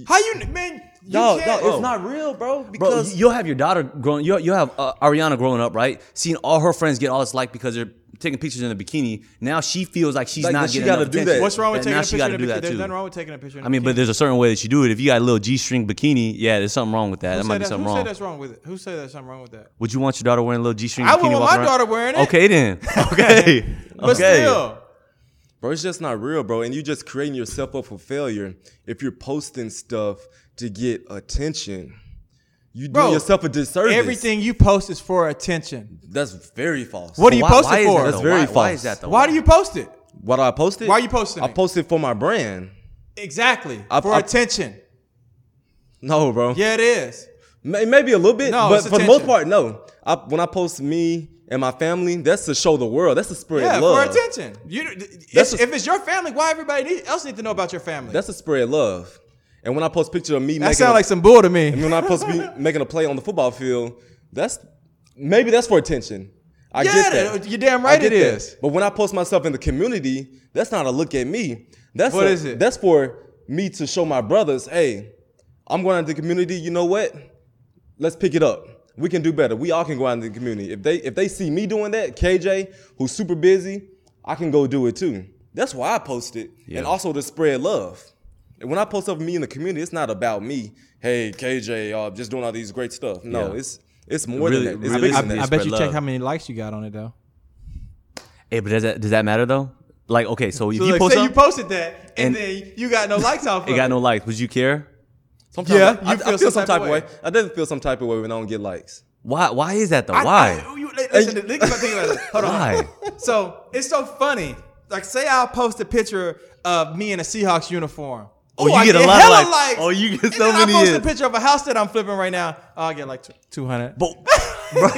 [SPEAKER 3] How you man? You
[SPEAKER 2] No,
[SPEAKER 3] can't-
[SPEAKER 2] no, it's not real, bro.
[SPEAKER 1] Oh. bro.
[SPEAKER 2] Because
[SPEAKER 1] you'll have your daughter growing. You'll, you'll have uh, Ariana growing up, right? Seeing all her friends get all this like because they're taking pictures in a bikini. Now she feels like she's
[SPEAKER 2] Like,
[SPEAKER 1] not
[SPEAKER 2] she
[SPEAKER 1] getting
[SPEAKER 2] gotta
[SPEAKER 1] enough
[SPEAKER 2] do that.
[SPEAKER 1] attention.
[SPEAKER 3] What's wrong with
[SPEAKER 1] And
[SPEAKER 3] taking
[SPEAKER 1] now
[SPEAKER 3] a
[SPEAKER 1] she
[SPEAKER 3] picture?
[SPEAKER 1] gotta
[SPEAKER 3] in a
[SPEAKER 1] do
[SPEAKER 3] bikini?
[SPEAKER 1] that
[SPEAKER 3] There's
[SPEAKER 1] too.
[SPEAKER 3] nothing wrong with taking a picture. In
[SPEAKER 1] I mean, but there's a certain way that you do it. If you got a little g-string bikini, yeah, there's something wrong with that. That
[SPEAKER 3] who
[SPEAKER 1] might
[SPEAKER 3] said
[SPEAKER 1] be
[SPEAKER 3] that-
[SPEAKER 1] something
[SPEAKER 3] who
[SPEAKER 1] wrong.
[SPEAKER 3] said that's wrong with it? Who said there's something wrong with that?
[SPEAKER 1] Would you want your daughter wearing a little g-string?
[SPEAKER 3] I
[SPEAKER 1] bikini
[SPEAKER 3] wouldn't want
[SPEAKER 1] walking
[SPEAKER 3] my
[SPEAKER 1] around?
[SPEAKER 3] daughter wearing it.
[SPEAKER 1] Okay then. Okay.
[SPEAKER 3] But
[SPEAKER 1] okay.
[SPEAKER 3] still,
[SPEAKER 2] Bro, it's just not real, bro. And you're just creating yourself up for failure if you're posting stuff to get attention. You do
[SPEAKER 3] Bro,
[SPEAKER 2] yourself a disservice.
[SPEAKER 3] everything you post is for attention.
[SPEAKER 2] That's very false.
[SPEAKER 3] What do you
[SPEAKER 1] Why-
[SPEAKER 3] post
[SPEAKER 1] why
[SPEAKER 3] it
[SPEAKER 1] is
[SPEAKER 3] for?
[SPEAKER 1] that
[SPEAKER 2] That's
[SPEAKER 1] though?
[SPEAKER 2] very
[SPEAKER 1] why, Why
[SPEAKER 2] false.
[SPEAKER 1] is that though?
[SPEAKER 3] Why do you post it?
[SPEAKER 2] What I posted?
[SPEAKER 3] Why you posting
[SPEAKER 2] I
[SPEAKER 3] it?
[SPEAKER 2] posted for my brand.
[SPEAKER 3] Exactly
[SPEAKER 2] I-
[SPEAKER 3] for
[SPEAKER 2] I-
[SPEAKER 3] attention.
[SPEAKER 2] No, bro.
[SPEAKER 3] Yeah, it is.
[SPEAKER 2] May- Maybe a little bit,
[SPEAKER 3] No,
[SPEAKER 2] but
[SPEAKER 3] it's
[SPEAKER 2] for the most
[SPEAKER 3] attention.
[SPEAKER 2] part, no. I, when I post me and my family, that's to show the world. That's to spread
[SPEAKER 3] Yeah,
[SPEAKER 2] love.
[SPEAKER 3] for attention. You, it's,
[SPEAKER 2] That's a-
[SPEAKER 3] if it's your family, why everybody need, else need to know about your family?
[SPEAKER 2] That's to spread love. And when I post picture of me,
[SPEAKER 3] that
[SPEAKER 2] making a-
[SPEAKER 3] sounds like some bull to
[SPEAKER 2] And
[SPEAKER 3] me.
[SPEAKER 2] when I'm supposed to be making a play on the football field, that's maybe that's for attention. I
[SPEAKER 3] Yeah,
[SPEAKER 2] get that.
[SPEAKER 3] you're damn right
[SPEAKER 2] I get
[SPEAKER 3] it
[SPEAKER 2] that.
[SPEAKER 3] is.
[SPEAKER 2] But when I post myself in the community, that's not a look at me. That's
[SPEAKER 3] What
[SPEAKER 2] a-
[SPEAKER 3] is it?
[SPEAKER 2] That's for me to show my brothers, hey, I'm going out to the community. You know what? Let's pick it up. We can do better. We all can go out in the community. If they if they see me doing that, KJ, who's super busy, I can go do it too. That's why I post it,
[SPEAKER 1] Yeah.
[SPEAKER 2] and also to spread love. And when I post up me in the community, it's not about me. Hey, KJ, uh, just doing all these great stuff. No,
[SPEAKER 1] Yeah.
[SPEAKER 2] it's it's more
[SPEAKER 1] Really-
[SPEAKER 2] than that. It's
[SPEAKER 1] really
[SPEAKER 2] bigger
[SPEAKER 1] I-
[SPEAKER 2] than
[SPEAKER 1] I
[SPEAKER 2] that.
[SPEAKER 1] bet you check how
[SPEAKER 3] many likes you got on it though.
[SPEAKER 1] Hey, but does that does that matter though? Like, okay, so if
[SPEAKER 3] So
[SPEAKER 1] you
[SPEAKER 3] like,
[SPEAKER 1] post
[SPEAKER 3] say you
[SPEAKER 1] something-
[SPEAKER 3] posted that, and,
[SPEAKER 1] and-
[SPEAKER 3] then you got no likes off.
[SPEAKER 1] it
[SPEAKER 3] of
[SPEAKER 1] got no likes, would you care?
[SPEAKER 2] Sometimes
[SPEAKER 3] Yeah,
[SPEAKER 2] I,
[SPEAKER 3] you
[SPEAKER 2] I- I
[SPEAKER 3] feel
[SPEAKER 2] feel some type of way. I definitely feel some type of way when I don't get likes.
[SPEAKER 1] Why? Why is that though?
[SPEAKER 3] I-
[SPEAKER 1] Why?
[SPEAKER 3] I- you- li- listen,
[SPEAKER 2] Hey.
[SPEAKER 3] think about, think about it. Hold on.
[SPEAKER 1] Why?
[SPEAKER 3] So it's so funny. Like, say I'll post a picture of me in a Seahawks uniform.
[SPEAKER 1] Oh,
[SPEAKER 3] Ooh,
[SPEAKER 1] you
[SPEAKER 3] I
[SPEAKER 1] get a lot of
[SPEAKER 3] hella
[SPEAKER 1] likes. Oh, you get
[SPEAKER 3] and
[SPEAKER 1] so
[SPEAKER 3] then
[SPEAKER 1] many
[SPEAKER 3] I post a
[SPEAKER 1] hits.
[SPEAKER 3] picture of a house that I'm flipping right now. I'll get like two hundred.
[SPEAKER 1] but, bro,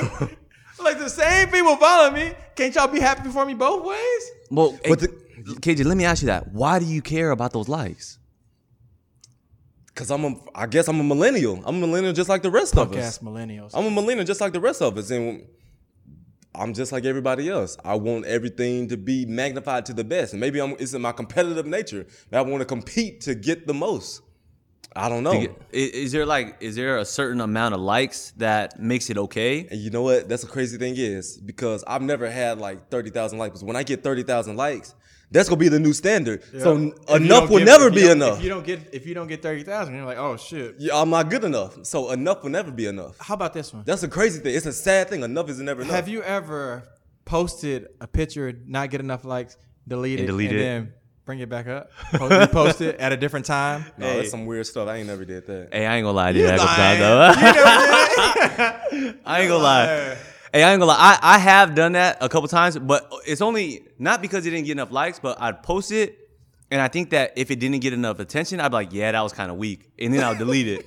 [SPEAKER 3] Like the same people follow me. Can't y'all be happy for me both ways?
[SPEAKER 1] well, hey,
[SPEAKER 2] But the-
[SPEAKER 1] KJ, let me ask you that. Why do you care about those likes?
[SPEAKER 2] Cause I'm a, I guess I'm a millennial. I'm a millennial just like the rest of us.
[SPEAKER 3] millennials.
[SPEAKER 2] I'm a millennial just like the rest of us, and I'm just like everybody else. I want everything to be magnified to the best, and maybe I'm, it's in my competitive nature. I want to compete to get the most. I don't
[SPEAKER 3] Oh.
[SPEAKER 2] know.
[SPEAKER 1] I- Is, there like is there a certain amount of likes that makes it okay?
[SPEAKER 2] and you know what? That's the crazy thing is because I've never had like thirty thousand likes. But when I get thirty thousand likes, that's gonna be the new standard. So n- enough will never be enough.
[SPEAKER 3] If you don't get if you don't get thirty thousand, you're like, oh shit.
[SPEAKER 2] Yeah, I'm not good enough. So enough will never be enough.
[SPEAKER 3] How about this one?
[SPEAKER 2] That's a crazy thing. It's a sad thing. Enough is never enough.
[SPEAKER 3] Have you ever posted a picture, not get enough likes, delete it,
[SPEAKER 1] And
[SPEAKER 3] and,
[SPEAKER 1] delete it.
[SPEAKER 3] then bring it back up? Post, repost it at a different time?
[SPEAKER 2] no, that's some weird stuff. I ain't never did that.
[SPEAKER 1] Hey, I ain't gonna lie to you.
[SPEAKER 3] You
[SPEAKER 1] I ain't
[SPEAKER 3] lying.
[SPEAKER 1] gonna-
[SPEAKER 3] You never did it?
[SPEAKER 1] I ain't gonna lie. Hey, I ain't gonna lie. I, I have done that a couple times, but it's only not because it didn't get enough likes, but I'd post it, and I think that if it didn't get enough attention, I'd be like, yeah, that was kind of weak, and then I'll delete it.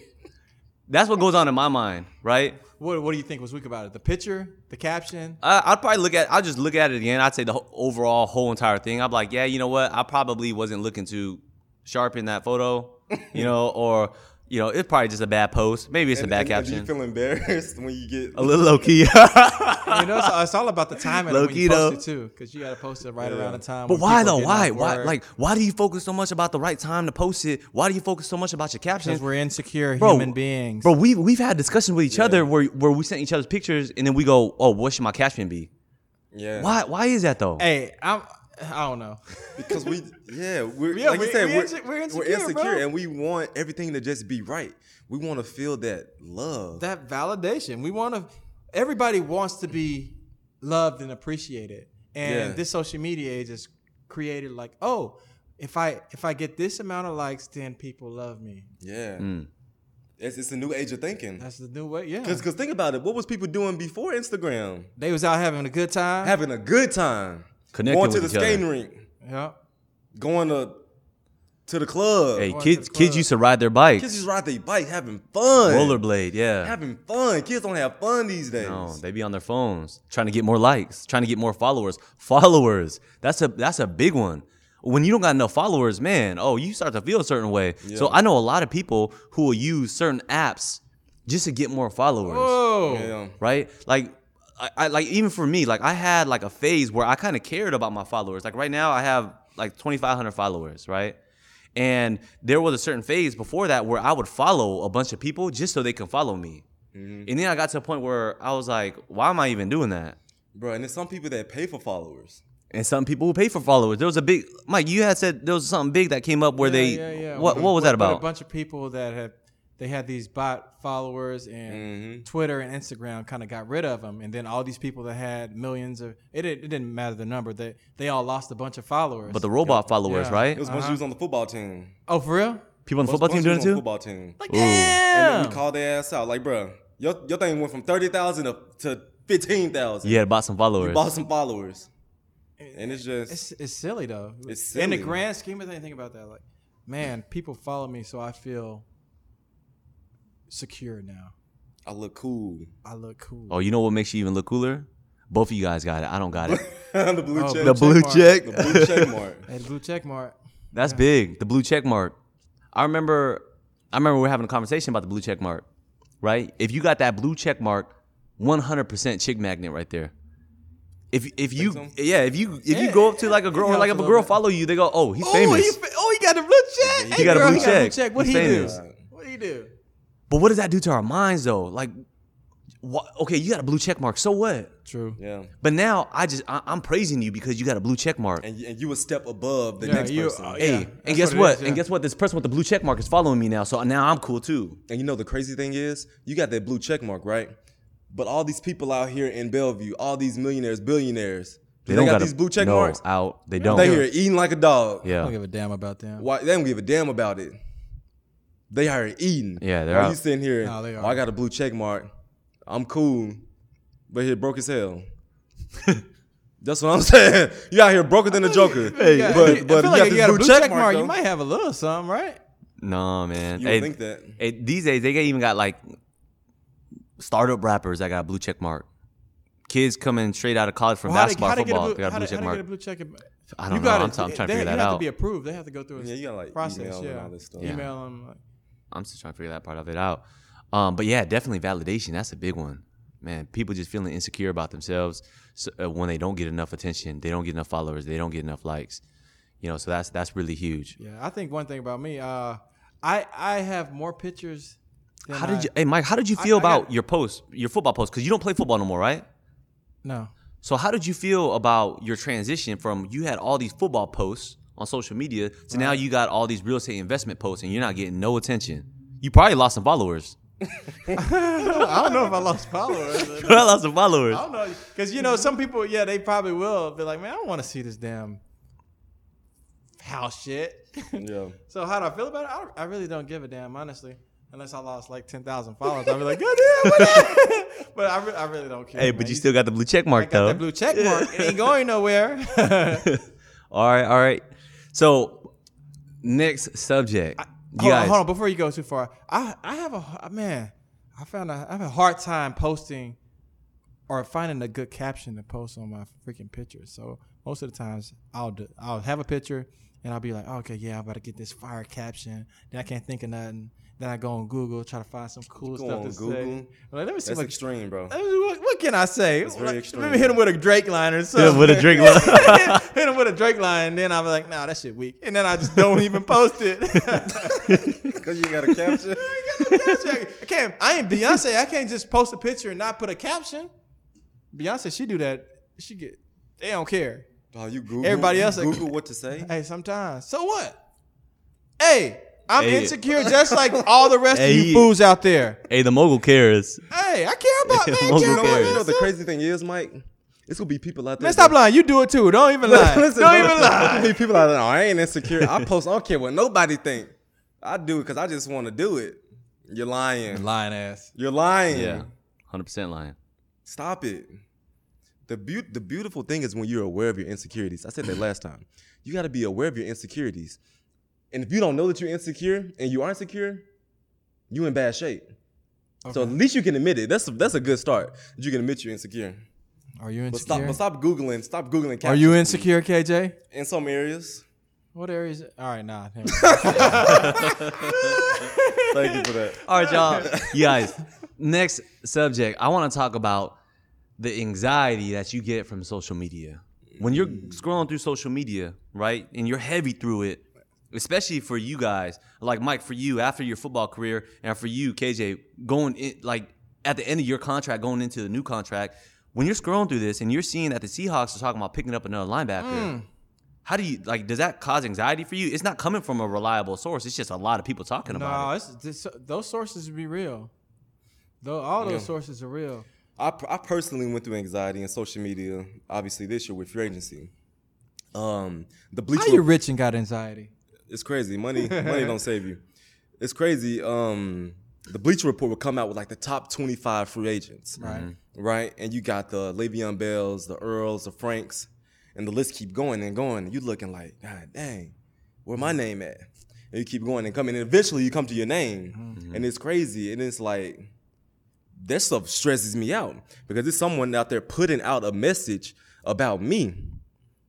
[SPEAKER 1] That's what goes on in my mind, right?
[SPEAKER 3] What, what do you think was weak about it? The picture, the caption?
[SPEAKER 1] I, I'd probably look at. I'll just look at it again. I'd say the whole, overall whole entire thing. I'm like, yeah, you know what? I probably wasn't looking to sharpen that photo. you know, or you know, it's probably just a bad post. Maybe it's a bad
[SPEAKER 2] And- and Do you
[SPEAKER 1] caption.
[SPEAKER 2] feel embarrassed when you get
[SPEAKER 1] A little low key.
[SPEAKER 3] you know, it's, it's all about the timing of when you
[SPEAKER 1] Low-key though.
[SPEAKER 3] post it too, because you got to post it right
[SPEAKER 2] Yeah.
[SPEAKER 3] around the time.
[SPEAKER 1] But
[SPEAKER 3] when
[SPEAKER 1] why
[SPEAKER 3] people
[SPEAKER 1] though?
[SPEAKER 3] are getting
[SPEAKER 1] Why?
[SPEAKER 3] off
[SPEAKER 1] Why?
[SPEAKER 3] work.
[SPEAKER 1] Like, why do you focus so much about the right time to post it? Why do you focus so much about your captions?
[SPEAKER 3] because we're insecure
[SPEAKER 1] Bro,
[SPEAKER 3] human beings.
[SPEAKER 1] Bro, we we've had discussions with each other where where we sent each other's pictures and then we go, oh, what should my caption be?
[SPEAKER 2] yeah?
[SPEAKER 1] Why why is that though?
[SPEAKER 3] hey, I'm. I don't know.
[SPEAKER 2] Because we yeah we're
[SPEAKER 3] Yeah,
[SPEAKER 2] like
[SPEAKER 3] we-
[SPEAKER 2] you said
[SPEAKER 3] we
[SPEAKER 2] we're,
[SPEAKER 3] inse- we're
[SPEAKER 2] we're
[SPEAKER 3] insecure, bro.
[SPEAKER 2] and we want everything to just be right. We want to feel that love.
[SPEAKER 3] that validation. We want to. Everybody wants to be loved and appreciated. And
[SPEAKER 2] Yeah.
[SPEAKER 3] this social media age is created like, oh, if I if I get this amount of likes, then people love me.
[SPEAKER 2] yeah, it's it's a new age of thinking.
[SPEAKER 3] That's the new way. Yeah,
[SPEAKER 2] Because think about it, what was people doing before Instagram?
[SPEAKER 3] they was out having a good time.
[SPEAKER 2] Having a good time,
[SPEAKER 1] Connecting
[SPEAKER 2] going to
[SPEAKER 1] with
[SPEAKER 2] the
[SPEAKER 1] each other.
[SPEAKER 2] skating rink,
[SPEAKER 3] yeah.
[SPEAKER 2] going to to the club.
[SPEAKER 1] hey,
[SPEAKER 3] going to
[SPEAKER 1] kids
[SPEAKER 3] the
[SPEAKER 1] kids
[SPEAKER 3] club.
[SPEAKER 1] used to ride their bikes,
[SPEAKER 2] Kids just ride their bike, having fun,
[SPEAKER 1] rollerblade, yeah.
[SPEAKER 2] having fun. Kids don't have fun these days.
[SPEAKER 1] No, they be on their phones trying to get more likes, trying to get more followers. Followers, that's a that's a big one. When you don't got enough followers, man, oh, you start to feel a certain way. So I know a lot of people who will use certain apps just to get more followers.
[SPEAKER 3] Oh,
[SPEAKER 2] Yeah.
[SPEAKER 1] right? Like, I, I like even for me, like I had like a phase where I kind of cared about my followers. Like right now, I have like 2,500 followers, right? And there was a certain phase before that where I would follow a bunch of people just so they can follow me.
[SPEAKER 2] Mm-hmm.
[SPEAKER 1] And then I got to a point where I was like, why am I even doing that?
[SPEAKER 2] bro. And there's some people that pay for followers.
[SPEAKER 1] And some people who pay for followers. There was a big Mike. You had said there was something big that came up where they.
[SPEAKER 3] Yeah, yeah, yeah.
[SPEAKER 1] What
[SPEAKER 3] We-
[SPEAKER 1] what was
[SPEAKER 3] we
[SPEAKER 1] that
[SPEAKER 3] put A
[SPEAKER 1] about?
[SPEAKER 3] bunch of people that had they had these bot followers and
[SPEAKER 1] Mm-hmm.
[SPEAKER 3] Twitter and Instagram kind of got rid of them, and then all these people that had millions of it, didn't- it didn't matter the number they they all lost a bunch of followers.
[SPEAKER 1] But the robot followers,
[SPEAKER 3] Yeah.
[SPEAKER 1] right?
[SPEAKER 2] It was once you was on the football team.
[SPEAKER 3] oh for real?
[SPEAKER 1] People on the
[SPEAKER 2] Once-
[SPEAKER 1] football team
[SPEAKER 2] once
[SPEAKER 1] doing it
[SPEAKER 2] you was on the
[SPEAKER 1] too.
[SPEAKER 2] Football team.
[SPEAKER 3] Like
[SPEAKER 2] And then
[SPEAKER 3] damn.
[SPEAKER 2] we called their ass out. Like, bro, your, your thing went from 30,000 up to 15,000.
[SPEAKER 1] Yeah, bought some followers.
[SPEAKER 2] Bought some followers. And it's just,
[SPEAKER 3] It's, it's silly though.
[SPEAKER 2] It's
[SPEAKER 3] in the
[SPEAKER 2] silly.
[SPEAKER 3] grand scheme of things. Think about that. Like, man, people follow me, so I feel secure now.
[SPEAKER 2] I look cool.
[SPEAKER 3] I look cool.
[SPEAKER 1] Oh, you know what makes you even look cooler? Both of you guys got it. I don't got it.
[SPEAKER 2] the blue
[SPEAKER 3] Oh,
[SPEAKER 2] check.
[SPEAKER 1] the
[SPEAKER 3] Check
[SPEAKER 1] blue
[SPEAKER 3] mark.
[SPEAKER 1] check.
[SPEAKER 2] the blue check mark.
[SPEAKER 3] That blue check mark.
[SPEAKER 1] That's big. The blue check mark. I remember I remember we were having a conversation about the blue check mark, right? If you got that blue check mark, 100% chick magnet right there. If if you
[SPEAKER 2] so?
[SPEAKER 1] yeah, if you if you
[SPEAKER 3] Yeah,
[SPEAKER 1] go up to like a girl or
[SPEAKER 3] helps
[SPEAKER 1] like
[SPEAKER 3] a
[SPEAKER 1] if a
[SPEAKER 3] little
[SPEAKER 1] girl
[SPEAKER 3] bit.
[SPEAKER 1] follow you, they go, "Oh, he's
[SPEAKER 3] Oh,
[SPEAKER 1] famous."
[SPEAKER 3] he, fa- oh, he got a blue check.
[SPEAKER 1] He got a blue check.
[SPEAKER 3] What he
[SPEAKER 1] He's
[SPEAKER 3] do?
[SPEAKER 1] famous.
[SPEAKER 3] What he do?
[SPEAKER 1] but what does that do to our minds though? Like what okay, you got a blue check mark. So what?
[SPEAKER 3] True.
[SPEAKER 2] Yeah.
[SPEAKER 1] But now I just I, I'm praising you because you got a blue check mark.
[SPEAKER 2] And, you- and you a step above the
[SPEAKER 3] Yeah,
[SPEAKER 2] next
[SPEAKER 3] you-
[SPEAKER 2] person.
[SPEAKER 3] uh, yeah.
[SPEAKER 1] Hey, and
[SPEAKER 3] that's
[SPEAKER 1] guess
[SPEAKER 3] what it
[SPEAKER 1] what?
[SPEAKER 3] is, yeah.
[SPEAKER 1] And guess what? This person with the blue check mark is following me now, so now I'm cool too.
[SPEAKER 2] And you know the crazy thing is, you got that blue check mark, right? But all these people out here in Bellevue, all these millionaires, billionaires, they, got
[SPEAKER 1] gotta-
[SPEAKER 2] these blue check
[SPEAKER 1] no,
[SPEAKER 2] marks.
[SPEAKER 1] out. They don't.
[SPEAKER 2] They here eating like a dog.
[SPEAKER 3] I don't
[SPEAKER 1] yeah.
[SPEAKER 3] give a damn about them.
[SPEAKER 2] Why they don't give a damn about it? They are eating.
[SPEAKER 1] Yeah, they're
[SPEAKER 2] Why
[SPEAKER 1] out.
[SPEAKER 2] you sitting here?
[SPEAKER 3] Nah, they
[SPEAKER 2] "Oh,
[SPEAKER 3] are.
[SPEAKER 2] I got a blue check mark. I'm cool, but here broke as hell. That's what I'm saying. You out here broker than the Joker.
[SPEAKER 3] You got-
[SPEAKER 2] but
[SPEAKER 3] I
[SPEAKER 2] but
[SPEAKER 3] feel like
[SPEAKER 2] you got
[SPEAKER 3] if
[SPEAKER 2] this
[SPEAKER 3] you got a
[SPEAKER 2] blue, check, mark.
[SPEAKER 3] You
[SPEAKER 2] though.
[SPEAKER 3] might have a little something, right?
[SPEAKER 1] No, man.
[SPEAKER 2] You would think that.
[SPEAKER 1] hey, these days they even got like startup rappers that got a blue check mark. Kids coming straight out of college from
[SPEAKER 3] Well,
[SPEAKER 1] basketball, football, they got a
[SPEAKER 3] how
[SPEAKER 1] blue
[SPEAKER 3] to-
[SPEAKER 1] check
[SPEAKER 3] how to
[SPEAKER 1] mark.
[SPEAKER 3] get a blue check?
[SPEAKER 1] I don't
[SPEAKER 3] you
[SPEAKER 1] know.
[SPEAKER 3] Gotta,
[SPEAKER 1] I'm t- I'm trying to
[SPEAKER 3] they-
[SPEAKER 1] figure that
[SPEAKER 3] They have to
[SPEAKER 1] out.
[SPEAKER 3] be approved. They have to go through a
[SPEAKER 2] Yeah, you gotta, like,
[SPEAKER 3] process.
[SPEAKER 2] email and
[SPEAKER 3] yeah,
[SPEAKER 2] all this stuff.
[SPEAKER 3] email them. Like,
[SPEAKER 1] I'm still trying to figure that part of it out. Um, but yeah, definitely validation. That's a big one, man. People just feeling insecure about themselves so, uh, when they don't get enough attention, they don't get enough followers, they don't get enough likes. You know, so that's that's really huge.
[SPEAKER 3] yeah, I think one thing about me, uh, I I have more pictures. Than
[SPEAKER 1] How did you,
[SPEAKER 3] I-
[SPEAKER 1] hey Mike? How did you feel
[SPEAKER 3] I got-
[SPEAKER 1] about your post, your football post? Because you don't play football no more, right?
[SPEAKER 3] No.
[SPEAKER 1] So how did you feel about your transition from you had all these football posts on social media to now you got all these real estate investment posts and you're not getting no attention? You probably lost some followers.
[SPEAKER 3] I don't know if I lost followers.
[SPEAKER 1] I lost some followers.
[SPEAKER 3] I don't know because you know some people. Yeah, they probably will be like, man, I don't want to see this damn house shit.
[SPEAKER 2] Yeah.
[SPEAKER 3] so how do I feel about it? I, don't- I really don't give a damn, honestly. Unless I lost like ten thousand followers, I'd be like, good damn, whatever. but I, re- I really don't care.
[SPEAKER 1] Hey,
[SPEAKER 3] man.
[SPEAKER 1] but you still got the blue check mark
[SPEAKER 3] got
[SPEAKER 1] though.
[SPEAKER 3] that blue check mark. It ain't going nowhere.
[SPEAKER 1] all right, all right. So next subject. you
[SPEAKER 3] hold, on,
[SPEAKER 1] guys,
[SPEAKER 3] hold on, before you go too far, I I have a h- man. I found a, I have a hard time posting or finding a good caption to post on my freaking pictures. So most of the times I'll do, I'll have a picture and I'll be like, oh, okay, yeah, I'm about to get this fire caption. Then I can't think of nothing. Then I go on Google, try to find some cool
[SPEAKER 2] Go
[SPEAKER 3] stuff
[SPEAKER 2] on
[SPEAKER 3] to say.
[SPEAKER 2] Google.
[SPEAKER 3] I'm like, let me see
[SPEAKER 2] That's
[SPEAKER 3] what,
[SPEAKER 2] extreme, bro.
[SPEAKER 3] let me see what, what can I say?
[SPEAKER 2] very
[SPEAKER 3] Like,
[SPEAKER 2] extreme.
[SPEAKER 3] Let me hit him with a Drake line or something.
[SPEAKER 1] with a Drake line.
[SPEAKER 3] hit him with a Drake line, and then I'm like, nah, that shit weak. And then I just don't even post it.
[SPEAKER 2] Because you got a caption.
[SPEAKER 3] I can't. I ain't Beyonce. I can't just post a picture and not put a caption. Beyonce, she do that. She get. They don't care.
[SPEAKER 2] Oh, you Google.
[SPEAKER 3] Everybody
[SPEAKER 2] you
[SPEAKER 3] else like-
[SPEAKER 2] Google what to say.
[SPEAKER 3] Hey, sometimes. So what? Hey, I'm
[SPEAKER 1] Hey.
[SPEAKER 3] insecure just like all the rest of
[SPEAKER 1] Hey.
[SPEAKER 3] you fools out there.
[SPEAKER 1] Hey, the mogul cares.
[SPEAKER 3] Hey, I care about
[SPEAKER 1] Yeah,
[SPEAKER 3] man.
[SPEAKER 1] well, who
[SPEAKER 3] care
[SPEAKER 2] You know
[SPEAKER 3] about
[SPEAKER 2] what?
[SPEAKER 1] cares?
[SPEAKER 2] You know the
[SPEAKER 3] myself.
[SPEAKER 2] crazy thing is, Mike. It's gonna be people out there.
[SPEAKER 3] Man, stop lying. You do it too. Don't even lie.
[SPEAKER 2] Listen,
[SPEAKER 3] don't
[SPEAKER 2] bro,
[SPEAKER 3] even lie.
[SPEAKER 2] there's gonna be people out there. "Oh, I ain't insecure. I post. I don't care what nobody think. I do it because I just want to do it. You're lying.
[SPEAKER 3] Lying ass.
[SPEAKER 2] You're lying.
[SPEAKER 1] Yeah, hundred percent lying.
[SPEAKER 2] Stop it. The, beau- the beautiful thing is when you're aware of your insecurities. I said that last time. You got to be aware of your insecurities. And if you don't know that you're insecure and you aren't secure, you in bad shape. So at least you can admit it. That's a, that's a good start. You can admit you're insecure.
[SPEAKER 3] Are you
[SPEAKER 2] But stop,
[SPEAKER 3] insecure?
[SPEAKER 2] but stop googling. Stop googling.
[SPEAKER 3] Are
[SPEAKER 2] captions.
[SPEAKER 3] you insecure, KJ?
[SPEAKER 2] in some areas?
[SPEAKER 3] What areas? All right, nah. never mind.
[SPEAKER 2] Thank you for that.
[SPEAKER 1] All right, y'all. You guys, next subject. I want to talk about the anxiety that you get from social media. When you're scrolling through social media, right, and you're heavy through it, especially for you guys, like Mike, for you after your football career, and for you, KJ, going in, like at the end of your contract, going into the new contract, when you're scrolling through this and you're seeing that the Seahawks are talking about picking up another linebacker. How do you like? Does that cause anxiety for you? It's not coming from a reliable source. It's just a lot of people talking about it.
[SPEAKER 3] No, it's, this, those sources be real. Though all those sources are real.
[SPEAKER 2] I, per- I personally went through anxiety in social media, obviously this year with free agency. Um, the
[SPEAKER 3] How
[SPEAKER 2] Bleacher
[SPEAKER 3] you rich and got anxiety?
[SPEAKER 2] It's crazy. Money, money don't save you. It's crazy. Um, the Bleacher Report would come out with like the top 25 free agents,
[SPEAKER 3] Right.
[SPEAKER 2] right? And you got the Le'Veon Bells, the Earls, the Franks, and the list keep going and going. And you looking like, God dang, where my name at? And you keep going and coming, and eventually you come to your name, and it's crazy. And it's like that stuff stresses me out because it's someone out there putting out a message about me,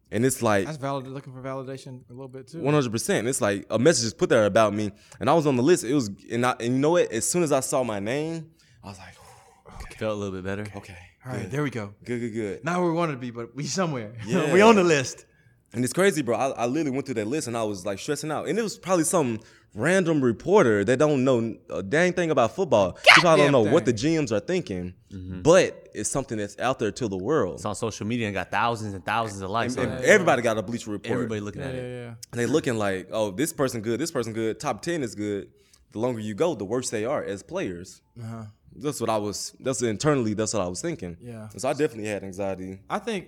[SPEAKER 2] and it's like
[SPEAKER 3] That's valid. Looking for validation a little bit too.
[SPEAKER 2] one hundred percent. It's like a message is put there about me, and I was on the list. It was, and, I, and you know what? As soon as I saw my name, I was like,
[SPEAKER 1] Felt a little bit better.
[SPEAKER 2] okay,
[SPEAKER 3] all right, there we go.
[SPEAKER 2] good, good, good.
[SPEAKER 3] Not where we wanted to be, but we somewhere.
[SPEAKER 2] Yeah.
[SPEAKER 3] we on the list.
[SPEAKER 2] And it's crazy, bro. I, I literally went through that list, and I was like stressing out. And it was probably some random reporter that don't know a dang thing about football. She probably don't know
[SPEAKER 3] Goddamn Mm-hmm.
[SPEAKER 2] what the GMs are thinking, but it's something that's out there to the world.
[SPEAKER 1] It's on social media and got thousands and thousands of likes.
[SPEAKER 2] And,
[SPEAKER 1] on
[SPEAKER 2] and
[SPEAKER 1] it.
[SPEAKER 2] everybody got a Bleacher Report.
[SPEAKER 1] Everybody looking
[SPEAKER 3] Yeah,
[SPEAKER 1] at
[SPEAKER 3] yeah,
[SPEAKER 1] it.
[SPEAKER 3] yeah.
[SPEAKER 2] And they looking like, oh, this person good, this person good. Top ten is good. The longer you go, the worse they are as players.
[SPEAKER 3] Uh-huh.
[SPEAKER 2] That's what I was. That's internally. That's what I was thinking.
[SPEAKER 3] Yeah.
[SPEAKER 2] So I definitely had anxiety.
[SPEAKER 3] I think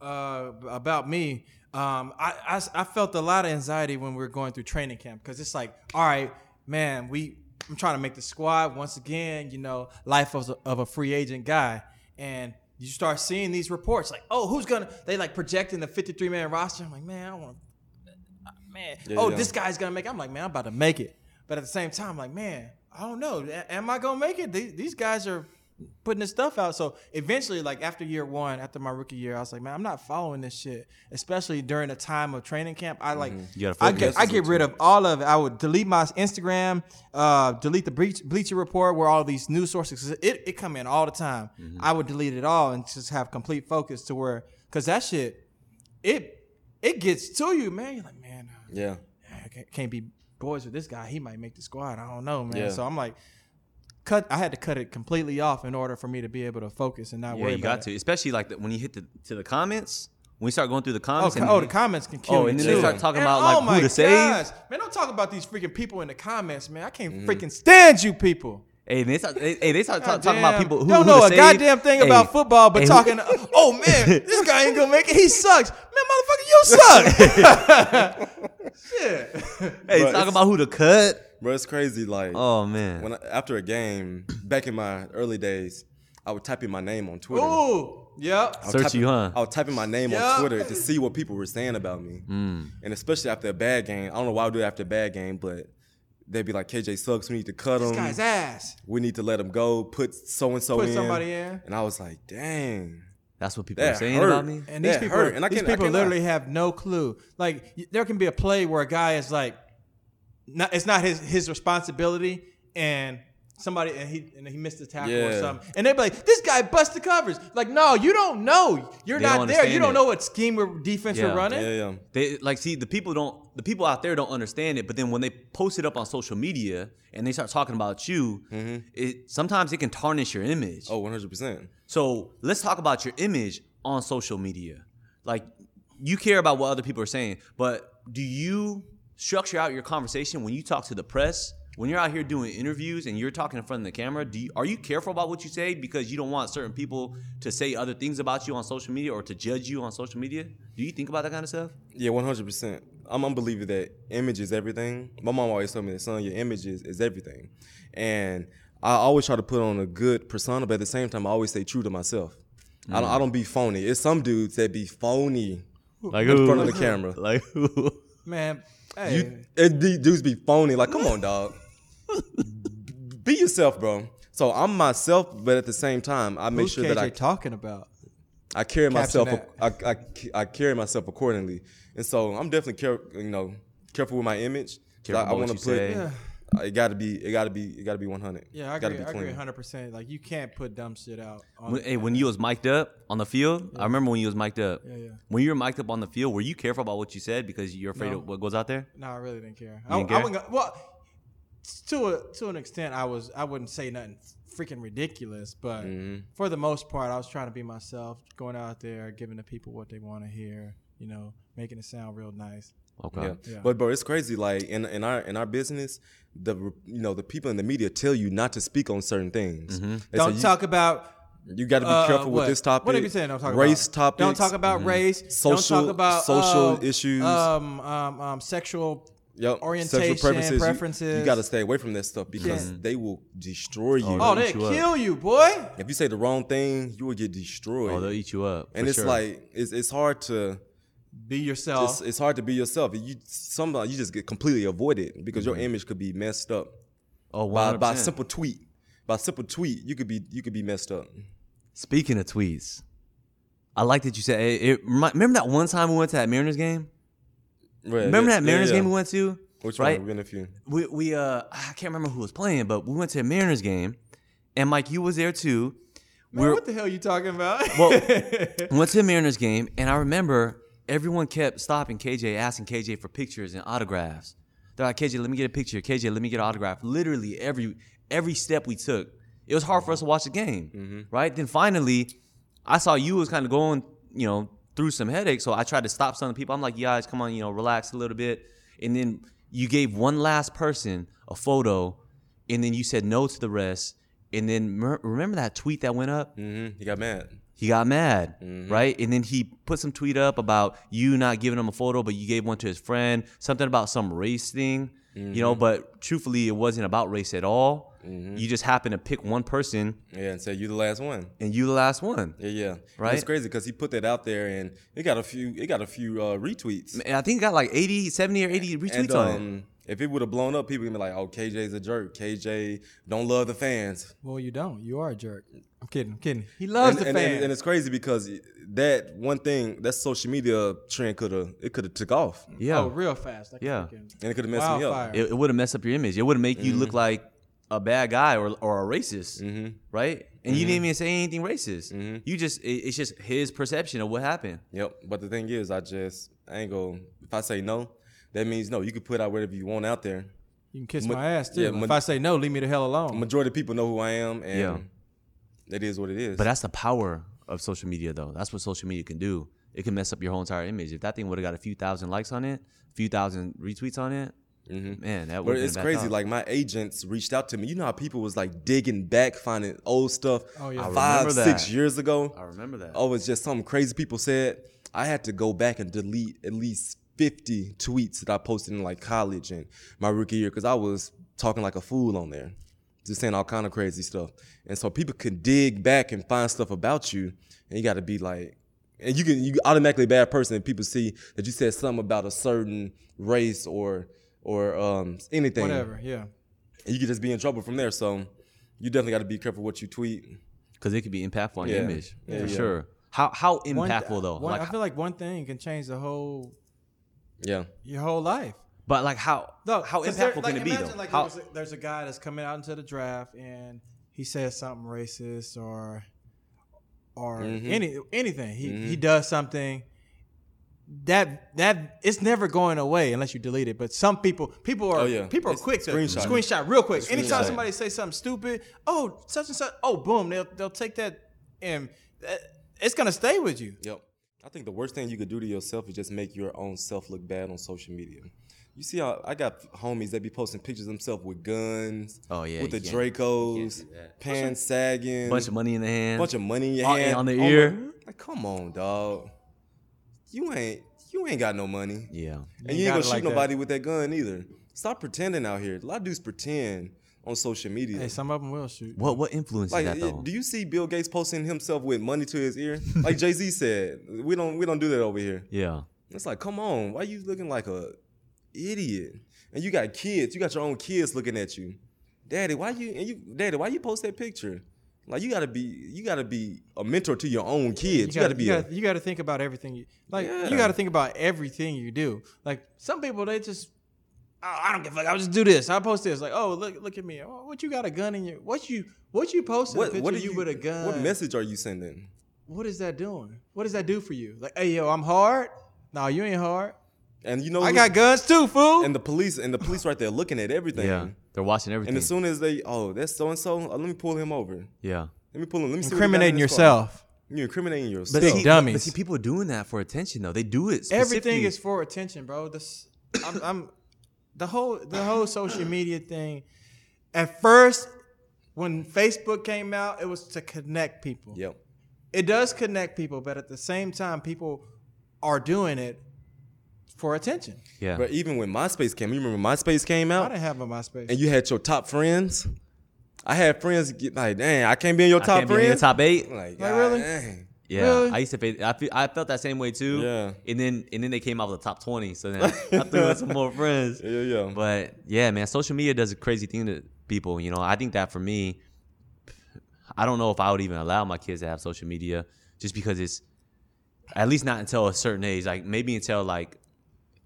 [SPEAKER 3] uh, about me, um, I, I s- I felt a lot of anxiety when we were going through training camp because it's like, all right, man, we I'm trying to make the squad once again. You know, life of, a- of a free agent guy, and you start seeing these reports like, oh, who's gonna? They like projecting the 53 man roster. I'm like, man, I want to, man. oh,
[SPEAKER 2] yeah.
[SPEAKER 3] this guy's gonna make. it. I'm like, man, I'm about to make it. But at the same time, like, man, I don't know. A- Am I gonna make it? These, these guys are putting this stuff out. So eventually, like after year one, after my rookie year, I was like, man, I'm not following this shit. Especially during the time of training camp, I like,
[SPEAKER 2] Mm-hmm.
[SPEAKER 1] You gotta
[SPEAKER 3] I
[SPEAKER 1] focus.
[SPEAKER 3] get, I get rid of all of it. I would delete my Instagram, uh, delete the Bleach, Bleacher Report, where all these news sources it, it come in all the time.
[SPEAKER 1] Mm-hmm.
[SPEAKER 3] I would delete it all and just have complete focus to where, cause that shit, it it gets to you, man. You're like, man,
[SPEAKER 2] Yeah.
[SPEAKER 3] I can't- can't be boys with this guy. He might make the squad. I don't know, man.
[SPEAKER 2] Yeah.
[SPEAKER 3] So I'm like, cut. I had to cut it completely off in order for me to be able to focus and not
[SPEAKER 1] Yeah,
[SPEAKER 3] worry
[SPEAKER 1] you got
[SPEAKER 3] about
[SPEAKER 1] to,
[SPEAKER 3] it.
[SPEAKER 1] especially like the, when you hit the to the comments. When you start going through the
[SPEAKER 3] Oh,
[SPEAKER 1] comments,
[SPEAKER 3] co-
[SPEAKER 1] and
[SPEAKER 3] oh, the comments can kill
[SPEAKER 1] Oh,
[SPEAKER 3] me
[SPEAKER 1] and then
[SPEAKER 3] too.
[SPEAKER 1] they start talking
[SPEAKER 3] And
[SPEAKER 1] about
[SPEAKER 3] oh
[SPEAKER 1] like
[SPEAKER 3] my
[SPEAKER 1] who to save.
[SPEAKER 3] gosh. Man, don't talk about these freaking people in the comments, man. I can't
[SPEAKER 1] Mm.
[SPEAKER 3] freaking stand you people.
[SPEAKER 1] Hey, they start, hey, they start talk, talking
[SPEAKER 3] Goddamn.
[SPEAKER 1] about people who
[SPEAKER 3] don't
[SPEAKER 1] who
[SPEAKER 3] know
[SPEAKER 1] to
[SPEAKER 3] a
[SPEAKER 1] save.
[SPEAKER 3] goddamn thing
[SPEAKER 1] Hey,
[SPEAKER 3] about football, but
[SPEAKER 1] hey, who-
[SPEAKER 3] talking. oh man, this guy ain't gonna make it. He sucks, man, motherfucker. You suck. Shit.
[SPEAKER 1] Hey,
[SPEAKER 2] Bruh,
[SPEAKER 1] talking
[SPEAKER 2] it's-
[SPEAKER 1] about who to cut.
[SPEAKER 2] Bro, it's crazy. Like
[SPEAKER 1] Oh man,
[SPEAKER 2] when I, after a game, back in my early days, I would type in my name on Twitter.
[SPEAKER 3] Ooh. Yep.
[SPEAKER 2] I would
[SPEAKER 1] Search
[SPEAKER 2] type
[SPEAKER 1] you,
[SPEAKER 2] in-
[SPEAKER 1] huh?
[SPEAKER 2] I would type in my name
[SPEAKER 3] Yeah.
[SPEAKER 2] on Twitter to see what people were saying about me,
[SPEAKER 1] Mm.
[SPEAKER 2] and especially after a bad game. I don't know why I would do it after a bad game, but they'd be like, "KJ sucks. We need to cut
[SPEAKER 1] Um,
[SPEAKER 3] This
[SPEAKER 2] him.
[SPEAKER 3] guy's ass.
[SPEAKER 2] we need to let him go. Put so and so
[SPEAKER 3] Put
[SPEAKER 2] in.
[SPEAKER 3] somebody in.
[SPEAKER 2] And I was like, "Dang."
[SPEAKER 1] That's what people are
[SPEAKER 2] That
[SPEAKER 1] saying
[SPEAKER 2] hurt.
[SPEAKER 1] about me.
[SPEAKER 3] And these
[SPEAKER 2] That
[SPEAKER 3] people,
[SPEAKER 2] hurt, and I
[SPEAKER 3] these
[SPEAKER 2] can't- I
[SPEAKER 3] people
[SPEAKER 2] can't
[SPEAKER 3] literally have no clue. Like y- there can be a play where a guy is like, not, it's not his his responsibility, and somebody and he and he missed a tackle or
[SPEAKER 2] Yeah.
[SPEAKER 3] something, and they're like, this guy bust the covers. Like, no, you don't know. You're
[SPEAKER 1] They
[SPEAKER 3] not
[SPEAKER 1] don't
[SPEAKER 3] there. You
[SPEAKER 1] understand
[SPEAKER 3] don't
[SPEAKER 1] it.
[SPEAKER 3] know what scheme or defense
[SPEAKER 1] Yeah.
[SPEAKER 3] we're running.
[SPEAKER 2] Yeah, yeah.
[SPEAKER 1] They like see the people don't the people out there don't understand it, but then when they post it up on social media and they start talking about you,
[SPEAKER 3] Mm-hmm.
[SPEAKER 1] it sometimes it can tarnish your image.
[SPEAKER 2] Oh, 100%.
[SPEAKER 1] So let's talk about your image on social media. Like you care about what other people are saying, but do you structure out your conversation when you talk to the press? When you're out here doing interviews and you're talking in front of the camera, do you, are you careful about what you say because you don't want certain people to say other things about you on social media or to judge you on social media? Do you think about that kind of stuff?
[SPEAKER 2] Yeah, one hundred percent. I'm a believer that image is everything. My mom always told me that son, your image is, is everything, and I always try to put on a good persona, but at the same time, I always stay true to myself. I don't I don't be phony. It's some dudes that be phony
[SPEAKER 1] Like
[SPEAKER 2] in front of the camera.
[SPEAKER 1] Like
[SPEAKER 3] Man, hey,
[SPEAKER 2] You it, these dudes be phony. Like, come on, dog. be yourself, bro. So I'm myself, but at the same time, I make
[SPEAKER 3] who's
[SPEAKER 2] sure
[SPEAKER 3] KJ
[SPEAKER 2] that I
[SPEAKER 3] talking about?
[SPEAKER 2] I carry
[SPEAKER 3] Caption
[SPEAKER 2] myself. I, I, I carry myself accordingly, and so I'm definitely care, you know careful with my image. 'Cause
[SPEAKER 1] Careful
[SPEAKER 2] I,
[SPEAKER 1] about what
[SPEAKER 2] wanna
[SPEAKER 1] you say. Yeah.
[SPEAKER 2] It got to be. It got to be. It got to be 100.
[SPEAKER 3] Yeah, I
[SPEAKER 2] gotta
[SPEAKER 3] agree. I agree, hundred percent. Like you can't put dumb shit out. On,
[SPEAKER 1] When, hey, when you was mic'd up on the field, I remember when you was mic'd up.
[SPEAKER 3] yeah.
[SPEAKER 1] When you were mic'd up on the field, were you careful about what you said because you're afraid
[SPEAKER 3] No.
[SPEAKER 1] of what goes out there?
[SPEAKER 3] No, I really didn't care. I,
[SPEAKER 1] didn't
[SPEAKER 3] I
[SPEAKER 1] care?
[SPEAKER 3] wouldn't. go- Well, to a, to an extent, I was. I wouldn't say nothing freaking ridiculous, but
[SPEAKER 2] Mm-hmm.
[SPEAKER 3] for the most part, I was trying to be myself, going out there, giving the people what they want to hear. You know, making it sound real nice.
[SPEAKER 1] Okay.
[SPEAKER 2] Yeah.
[SPEAKER 3] Yeah.
[SPEAKER 2] but bro, it's crazy. Like in in our in our business, the you know the people in the media tell you not to speak on certain things.
[SPEAKER 1] Mm-hmm.
[SPEAKER 2] They say
[SPEAKER 3] Don't
[SPEAKER 2] you-
[SPEAKER 3] talk about.
[SPEAKER 2] You got to be
[SPEAKER 3] uh,
[SPEAKER 2] careful
[SPEAKER 3] what?
[SPEAKER 2] with this topic.
[SPEAKER 3] What are you saying? Don't talk
[SPEAKER 2] race
[SPEAKER 3] about
[SPEAKER 2] topics. Mm-hmm.
[SPEAKER 3] Don't talk about race. don't
[SPEAKER 2] Social-
[SPEAKER 3] talk about
[SPEAKER 2] social
[SPEAKER 3] uh,
[SPEAKER 2] issues.
[SPEAKER 3] Um, um, um, sexual
[SPEAKER 2] Yep.
[SPEAKER 3] orientation,
[SPEAKER 2] sexual preferences. You- You,
[SPEAKER 3] preferences.
[SPEAKER 2] got to stay away from that stuff because they will destroy you.
[SPEAKER 3] Oh,
[SPEAKER 1] They'll
[SPEAKER 3] they
[SPEAKER 1] eat you up.
[SPEAKER 3] kill you, boy.
[SPEAKER 2] If you say the wrong thing, you will get destroyed.
[SPEAKER 1] Oh, they'll eat you up.
[SPEAKER 2] and
[SPEAKER 1] for
[SPEAKER 2] it's
[SPEAKER 1] sure.
[SPEAKER 2] like it's, it's hard to
[SPEAKER 3] Be yourself.
[SPEAKER 2] it's, it's hard to be yourself. You sometimes you just get completely avoided because
[SPEAKER 1] Mm-hmm.
[SPEAKER 2] your image could be messed up
[SPEAKER 1] oh,
[SPEAKER 2] by, by
[SPEAKER 1] 100%.
[SPEAKER 2] simple tweet. By simple tweet, you could be you could be messed up.
[SPEAKER 1] Speaking of tweets, I like that you said. It, it remi- remember that one time we went to that Mariners game. Remember that Mariners game we went to?
[SPEAKER 2] Which one? We're in a few.
[SPEAKER 1] we we uh I can't remember who was playing, but we went to a Mariners game, and Mike, you was there too.
[SPEAKER 3] Man,
[SPEAKER 1] We're,
[SPEAKER 3] what the hell you talking about?
[SPEAKER 1] we went to a Mariners game, and I remember everyone kept stopping KJ, asking KJ for pictures and autographs. They're like, KJ, let me get a picture. KJ, let me get an autograph. Literally every every step we took, it was hard for us to watch the game, right? Then finally, I saw you was kind of going, you know, through some headaches. So I tried to stop some of the people. I'm like, you guys, come on, you know, relax a little bit. And then you gave one last person a photo, and then you said no to the rest. And then mer- remember that tweet that went up?
[SPEAKER 2] Mm-hmm. He got mad.
[SPEAKER 1] he got mad,
[SPEAKER 2] Mm-hmm.
[SPEAKER 1] right? And then he put some tweet up about you not giving him a photo, but you gave one to his friend, something about some race thing, you
[SPEAKER 2] Mm-hmm.
[SPEAKER 1] know. But truthfully, it wasn't about race at all. You just happened to pick one person,
[SPEAKER 2] Yeah, and said you the last one.
[SPEAKER 1] and you the last one.
[SPEAKER 2] Yeah, yeah.
[SPEAKER 1] Right?
[SPEAKER 2] And it's crazy because he put that out there and it got a few. It got a few uh, retweets.
[SPEAKER 1] And I think it got like 80, 70 or eighty retweets
[SPEAKER 2] and
[SPEAKER 1] on it.
[SPEAKER 2] um, if it would have blown up, people would be like, "Oh, KJ's a jerk. KJ don't love the fans."
[SPEAKER 3] well, you don't. You are a jerk. I'm kidding. I'm kidding. He loves
[SPEAKER 2] and,
[SPEAKER 3] the
[SPEAKER 2] and-
[SPEAKER 3] fans.
[SPEAKER 2] and- and it's crazy because that one thing, that social media trend could have it could have took off, and
[SPEAKER 1] Yeah,
[SPEAKER 3] Oh, real fast. Like
[SPEAKER 1] Yeah.
[SPEAKER 3] yeah. Freaking,
[SPEAKER 2] it could have messed
[SPEAKER 3] Wildfire.
[SPEAKER 2] me up.
[SPEAKER 1] it, would have messed up your image. It would have make you
[SPEAKER 2] Mm-hmm.
[SPEAKER 1] look like a bad guy or or a racist, right? And you
[SPEAKER 2] Mm-hmm.
[SPEAKER 1] didn't even say anything racist. You just it, it's just his perception of what happened.
[SPEAKER 2] Yep. But the thing is, I just I ain't go. If I say no, that means no. You can put out whatever you want out there.
[SPEAKER 3] you can kiss
[SPEAKER 2] Ma-
[SPEAKER 3] my ass too.
[SPEAKER 2] yeah, ma-
[SPEAKER 3] if I say no, leave me the hell alone.
[SPEAKER 2] Majority of people know who I am, and
[SPEAKER 1] Yeah.
[SPEAKER 2] that is what it is.
[SPEAKER 1] But that's the power of social media, though. That's what social media can do. It can mess up your whole entire image. If that thing would have got a few thousand likes on it, a few thousand retweets on it, man, that
[SPEAKER 2] Mm-hmm. But
[SPEAKER 1] would.
[SPEAKER 2] it's crazy. Like my agents reached out to me. You know how people was like digging back, finding old stuff
[SPEAKER 3] Oh, yeah. I
[SPEAKER 2] five,
[SPEAKER 1] remember
[SPEAKER 2] six
[SPEAKER 1] that.
[SPEAKER 2] years ago.
[SPEAKER 1] I remember that.
[SPEAKER 2] Oh, it's just something crazy people said. I had to go back and delete at least 50 tweets that I posted in like college and my rookie year because I was talking like a fool on there, just saying all kind of crazy stuff. And so people can dig back and find stuff about you, and you got to be like, and you can you automatically a bad person if people see that you said something about a certain race or or um, anything.
[SPEAKER 3] Whatever. Yeah.
[SPEAKER 2] And you could just be in trouble from there. So you definitely got to be careful what you tweet.
[SPEAKER 1] because it could be impactful on your
[SPEAKER 2] Yeah.
[SPEAKER 1] image
[SPEAKER 2] Yeah,
[SPEAKER 1] for
[SPEAKER 2] yeah.
[SPEAKER 1] sure. How how
[SPEAKER 3] One-
[SPEAKER 1] impactful though?
[SPEAKER 3] one-
[SPEAKER 1] like,
[SPEAKER 3] I feel like one thing can change the whole
[SPEAKER 2] Yeah.
[SPEAKER 3] your whole life.
[SPEAKER 1] but like how how
[SPEAKER 3] 'cause
[SPEAKER 1] impactful
[SPEAKER 3] there-
[SPEAKER 1] can
[SPEAKER 3] like,
[SPEAKER 1] it be though?
[SPEAKER 3] imagine, Like
[SPEAKER 1] How-
[SPEAKER 3] there's, a, there's a guy that's coming out into the draft and he says something racist or or
[SPEAKER 1] Mm-hmm.
[SPEAKER 3] any anything. He he does something that that it's never going away unless you delete it. But some people people are
[SPEAKER 2] Oh, yeah.
[SPEAKER 3] people are
[SPEAKER 2] It's
[SPEAKER 3] quick to
[SPEAKER 2] screenshot.
[SPEAKER 3] screenshot real quick. Anytime
[SPEAKER 2] Screenshot.
[SPEAKER 3] somebody says something stupid, oh such and such, oh boom, they'll they'll take that and that, it's gonna stay with you.
[SPEAKER 2] Yep. I think the worst thing you could do to yourself is just make your own self look bad on social media. You see how I got homies that be posting pictures of themselves with guns,
[SPEAKER 1] Oh, yeah,
[SPEAKER 2] with the
[SPEAKER 1] you can't-
[SPEAKER 2] Dracos, pants sagging,
[SPEAKER 1] bunch of money in the hand.
[SPEAKER 2] bunch of money in your
[SPEAKER 1] on-
[SPEAKER 2] hand Oh,
[SPEAKER 1] on the
[SPEAKER 2] my-
[SPEAKER 1] ear.
[SPEAKER 2] like, come on, dog. You ain't you ain't got no money.
[SPEAKER 1] yeah.
[SPEAKER 2] And you ain't
[SPEAKER 3] got
[SPEAKER 2] gonna
[SPEAKER 3] it
[SPEAKER 2] shoot
[SPEAKER 3] like that.
[SPEAKER 2] nobody with that gun either. Stop pretending out here. A lot of dudes pretend on social media.
[SPEAKER 3] Hey, some of them will shoot.
[SPEAKER 1] What what influences
[SPEAKER 2] Like,
[SPEAKER 1] that
[SPEAKER 2] y-
[SPEAKER 1] though?
[SPEAKER 2] do you see Bill Gates posting himself with money to his ear? Like Jay Z said, we don't we don't do that over here.
[SPEAKER 1] yeah.
[SPEAKER 2] It's like, come on, why you looking like a idiot? And you got kids, you got your own kids looking at you. Daddy, why you and you Daddy, why you post that picture? Like you gotta be you gotta be a mentor to your own kids. You, gotta, be
[SPEAKER 3] You
[SPEAKER 2] a-
[SPEAKER 3] gotta, you gotta think about everything. You, like
[SPEAKER 2] Yeah.
[SPEAKER 3] you gotta think about everything you do. Like some people, they just, oh, I don't give a fuck. I'll just do this. I'll post this. Like, oh, look, look at me. Oh, what you got a gun in your? What you? What you posting? a
[SPEAKER 2] what
[SPEAKER 3] picture
[SPEAKER 2] what are
[SPEAKER 3] you,
[SPEAKER 2] you
[SPEAKER 3] with a gun?
[SPEAKER 2] What message are you sending?
[SPEAKER 3] What is that doing? What does that do for you? Like, hey, yo, I'm hard. No, you ain't hard.
[SPEAKER 2] And you know
[SPEAKER 3] I got guns too, fool.
[SPEAKER 2] and the police and the police right there looking at everything.
[SPEAKER 1] Yeah. They're watching everything.
[SPEAKER 2] And as soon as they oh, that's so and so, let me pull him over.
[SPEAKER 1] yeah.
[SPEAKER 2] Let me pull him. Let me see what he got in
[SPEAKER 3] Incriminating
[SPEAKER 2] his car.
[SPEAKER 3] yourself.
[SPEAKER 2] You're incriminating yourself.
[SPEAKER 1] But
[SPEAKER 3] Big
[SPEAKER 1] see,
[SPEAKER 3] dummies.
[SPEAKER 1] But see, people are doing that for attention though. They do it.
[SPEAKER 3] Everything
[SPEAKER 1] specifically-
[SPEAKER 3] is for attention, bro. This, I'm, I'm the whole the whole social media thing. At first, when Facebook came out, it was to connect people.
[SPEAKER 2] Yep.
[SPEAKER 3] It does connect people, but at the same time, people are doing it for attention.
[SPEAKER 1] Yeah.
[SPEAKER 2] But even when MySpace came, you remember when MySpace came
[SPEAKER 3] I
[SPEAKER 2] out
[SPEAKER 3] didn't have a MySpace.
[SPEAKER 2] and you had your top friends? I had friends get like, dang, I can't be in your
[SPEAKER 1] I
[SPEAKER 2] top
[SPEAKER 1] can't be in the
[SPEAKER 2] friends.
[SPEAKER 1] top eight.
[SPEAKER 2] I'm like,
[SPEAKER 3] Like,
[SPEAKER 2] God
[SPEAKER 3] really?
[SPEAKER 2] dang.
[SPEAKER 1] Yeah,
[SPEAKER 3] Really?
[SPEAKER 1] I used to pay. I, feel, I felt that same way too.
[SPEAKER 2] Yeah.
[SPEAKER 1] and then and then they came out with the top twenty, so then I threw in some more friends.
[SPEAKER 2] Yeah, yeah, yeah.
[SPEAKER 1] But yeah, man, social media does a crazy thing to people. You know, I think that for me, I don't know if I would even allow my kids to have social media just because it's at least not until a certain age. Like maybe until like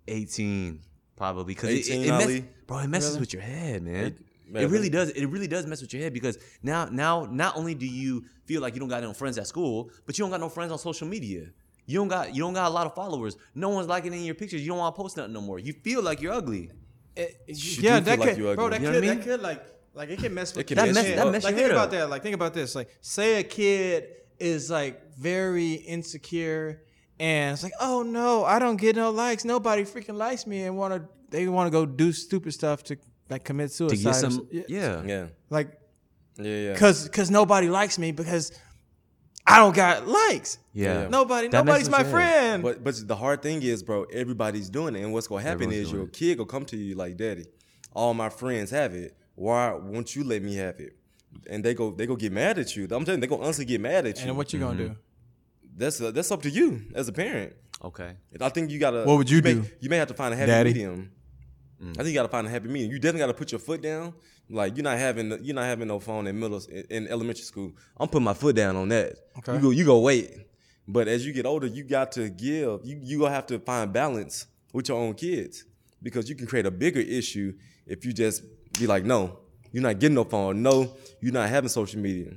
[SPEAKER 1] eighteen, probably. Because it, it,
[SPEAKER 2] 18,
[SPEAKER 1] it mess-
[SPEAKER 2] Ali?
[SPEAKER 1] bro, it messes with your head, man. It,
[SPEAKER 2] It-
[SPEAKER 1] really does. It really does mess with your head because now, now, not only do you feel like you don't got no friends at school, but you don't got no friends on social media. You don't got you don't got a lot of followers. No one's liking any of your pictures. You don't want to post nothing no more. You feel like you're ugly.
[SPEAKER 3] It- it-
[SPEAKER 2] You
[SPEAKER 3] yeah,
[SPEAKER 2] do
[SPEAKER 3] that
[SPEAKER 2] feel like
[SPEAKER 3] could,
[SPEAKER 2] you ugly.
[SPEAKER 3] bro. That
[SPEAKER 1] You know
[SPEAKER 3] could,
[SPEAKER 1] what I
[SPEAKER 3] that
[SPEAKER 1] mean?
[SPEAKER 3] could, like, like it can mess with.
[SPEAKER 2] It can
[SPEAKER 3] your
[SPEAKER 2] mess
[SPEAKER 3] head
[SPEAKER 2] you
[SPEAKER 3] up.
[SPEAKER 2] up.
[SPEAKER 1] That mess
[SPEAKER 3] Like,
[SPEAKER 1] your
[SPEAKER 3] think
[SPEAKER 1] head
[SPEAKER 3] about
[SPEAKER 1] up.
[SPEAKER 3] that. Like, think about this. Like, say a kid is like very insecure, and it's like, oh no, I don't get no likes. Nobody freaking likes me, and want to they want to go do stupid stuff to like commit
[SPEAKER 1] to
[SPEAKER 3] suicide.
[SPEAKER 1] get
[SPEAKER 3] or
[SPEAKER 1] some
[SPEAKER 3] so-
[SPEAKER 1] yeah,
[SPEAKER 2] Yeah.
[SPEAKER 3] Like,
[SPEAKER 2] Yeah, yeah.
[SPEAKER 3] cause cause nobody likes me because I don't got likes.
[SPEAKER 1] Yeah.
[SPEAKER 2] Yeah.
[SPEAKER 3] Nobody,
[SPEAKER 1] That
[SPEAKER 3] nobody's
[SPEAKER 1] messes
[SPEAKER 3] my
[SPEAKER 1] with your head.
[SPEAKER 3] friend.
[SPEAKER 2] But but the hard thing is, bro, everybody's doing it. And what's gonna happen
[SPEAKER 1] Everyone's
[SPEAKER 2] is
[SPEAKER 1] doing
[SPEAKER 2] your
[SPEAKER 1] it.
[SPEAKER 2] kid gonna come to you like, Daddy, all my friends have it. Why won't you let me have it? And they go they go get mad at you. I'm telling you, they gonna honestly get mad at you.
[SPEAKER 3] and what you gonna do?
[SPEAKER 1] Mm-hmm.
[SPEAKER 2] that's that's up to you as a parent.
[SPEAKER 1] Okay.
[SPEAKER 2] I think you gotta.
[SPEAKER 3] What would you
[SPEAKER 2] may,
[SPEAKER 3] do?
[SPEAKER 2] You may have to find a happy
[SPEAKER 3] Daddy?
[SPEAKER 2] medium. I think you gotta find a happy medium. You definitely gotta put your foot down. Like you're not having you're not having no phone in middle in elementary school. I'm putting my foot down on that.
[SPEAKER 3] Okay.
[SPEAKER 2] You go you go wait. But as you get older, you got to give. You you gonna have to find balance with your own kids because you can create a bigger issue if you just be like, no, you're not getting no phone. No, you're not having social media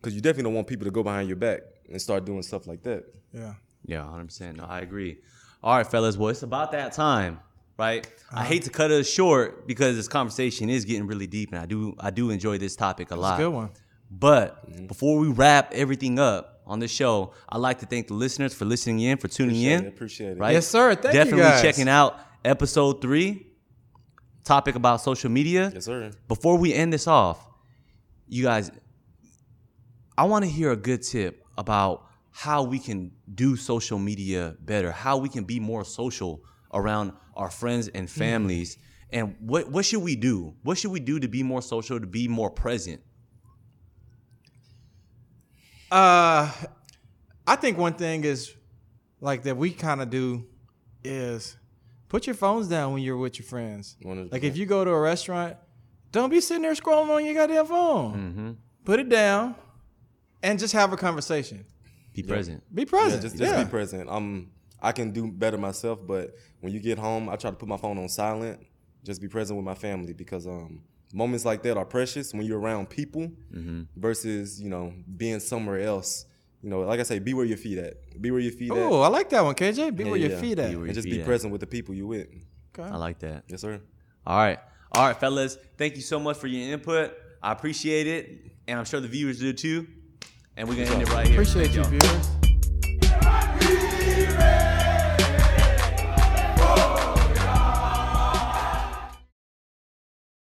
[SPEAKER 2] because you definitely don't want people to go behind your back and start doing stuff like that.
[SPEAKER 3] Yeah.
[SPEAKER 1] Yeah, 100%. No, I agree. All right, fellas. Well, it's about that time, right?
[SPEAKER 2] Uh-huh.
[SPEAKER 1] I hate to cut us short because this conversation is getting really deep, and I do I do enjoy this topic a lot.
[SPEAKER 3] Good one.
[SPEAKER 1] But
[SPEAKER 2] Mm-hmm.
[SPEAKER 1] before we wrap everything up on the show, I'd like to thank the listeners for listening in, for tuning
[SPEAKER 2] Appreciate
[SPEAKER 1] in.
[SPEAKER 2] it, appreciate it.
[SPEAKER 1] Right?
[SPEAKER 3] Yes, sir. Thank you,
[SPEAKER 1] Definitely
[SPEAKER 3] guys.
[SPEAKER 1] checking out episode three, topic about social media.
[SPEAKER 2] Yes, sir.
[SPEAKER 1] before we end this off, you guys, I want to hear a good tip about how we can do social media better, how we can be more social around our friends and families, and what what should we do? What should we do to be more social, to be more present?
[SPEAKER 3] Uh, I think one thing is like that we kind of do is put your phones down when you're with your friends.
[SPEAKER 2] 100%.
[SPEAKER 3] Like if you go to a restaurant, don't be sitting there
[SPEAKER 2] Mm-hmm.
[SPEAKER 3] scrolling on your goddamn phone. Put it down and just have a conversation.
[SPEAKER 1] Be present.
[SPEAKER 3] Be present.
[SPEAKER 2] Yeah, just, just be present. Um, I can do better myself, but when you get home, I try to put my phone on silent. Just be present with my family because um, moments like that are precious when you're around people
[SPEAKER 1] Mm-hmm.
[SPEAKER 2] versus you know being somewhere else. You know, like I say, be where your feet at. Be where your feet
[SPEAKER 3] Oh, I like that one, KJ. Be where your
[SPEAKER 2] yeah.
[SPEAKER 3] feet
[SPEAKER 2] Be
[SPEAKER 3] at.
[SPEAKER 1] where
[SPEAKER 2] at,
[SPEAKER 1] your
[SPEAKER 2] and just
[SPEAKER 1] feet
[SPEAKER 2] be
[SPEAKER 1] at.
[SPEAKER 2] present with the people you with.
[SPEAKER 3] Okay.
[SPEAKER 1] I like that.
[SPEAKER 2] Yes, sir.
[SPEAKER 1] All right. All right, fellas. Thank you so much for your input. I appreciate it. And I'm sure the viewers do too. And we're going to end it right here.
[SPEAKER 3] Appreciate
[SPEAKER 1] Thank
[SPEAKER 3] you,
[SPEAKER 1] y'all.
[SPEAKER 3] viewers.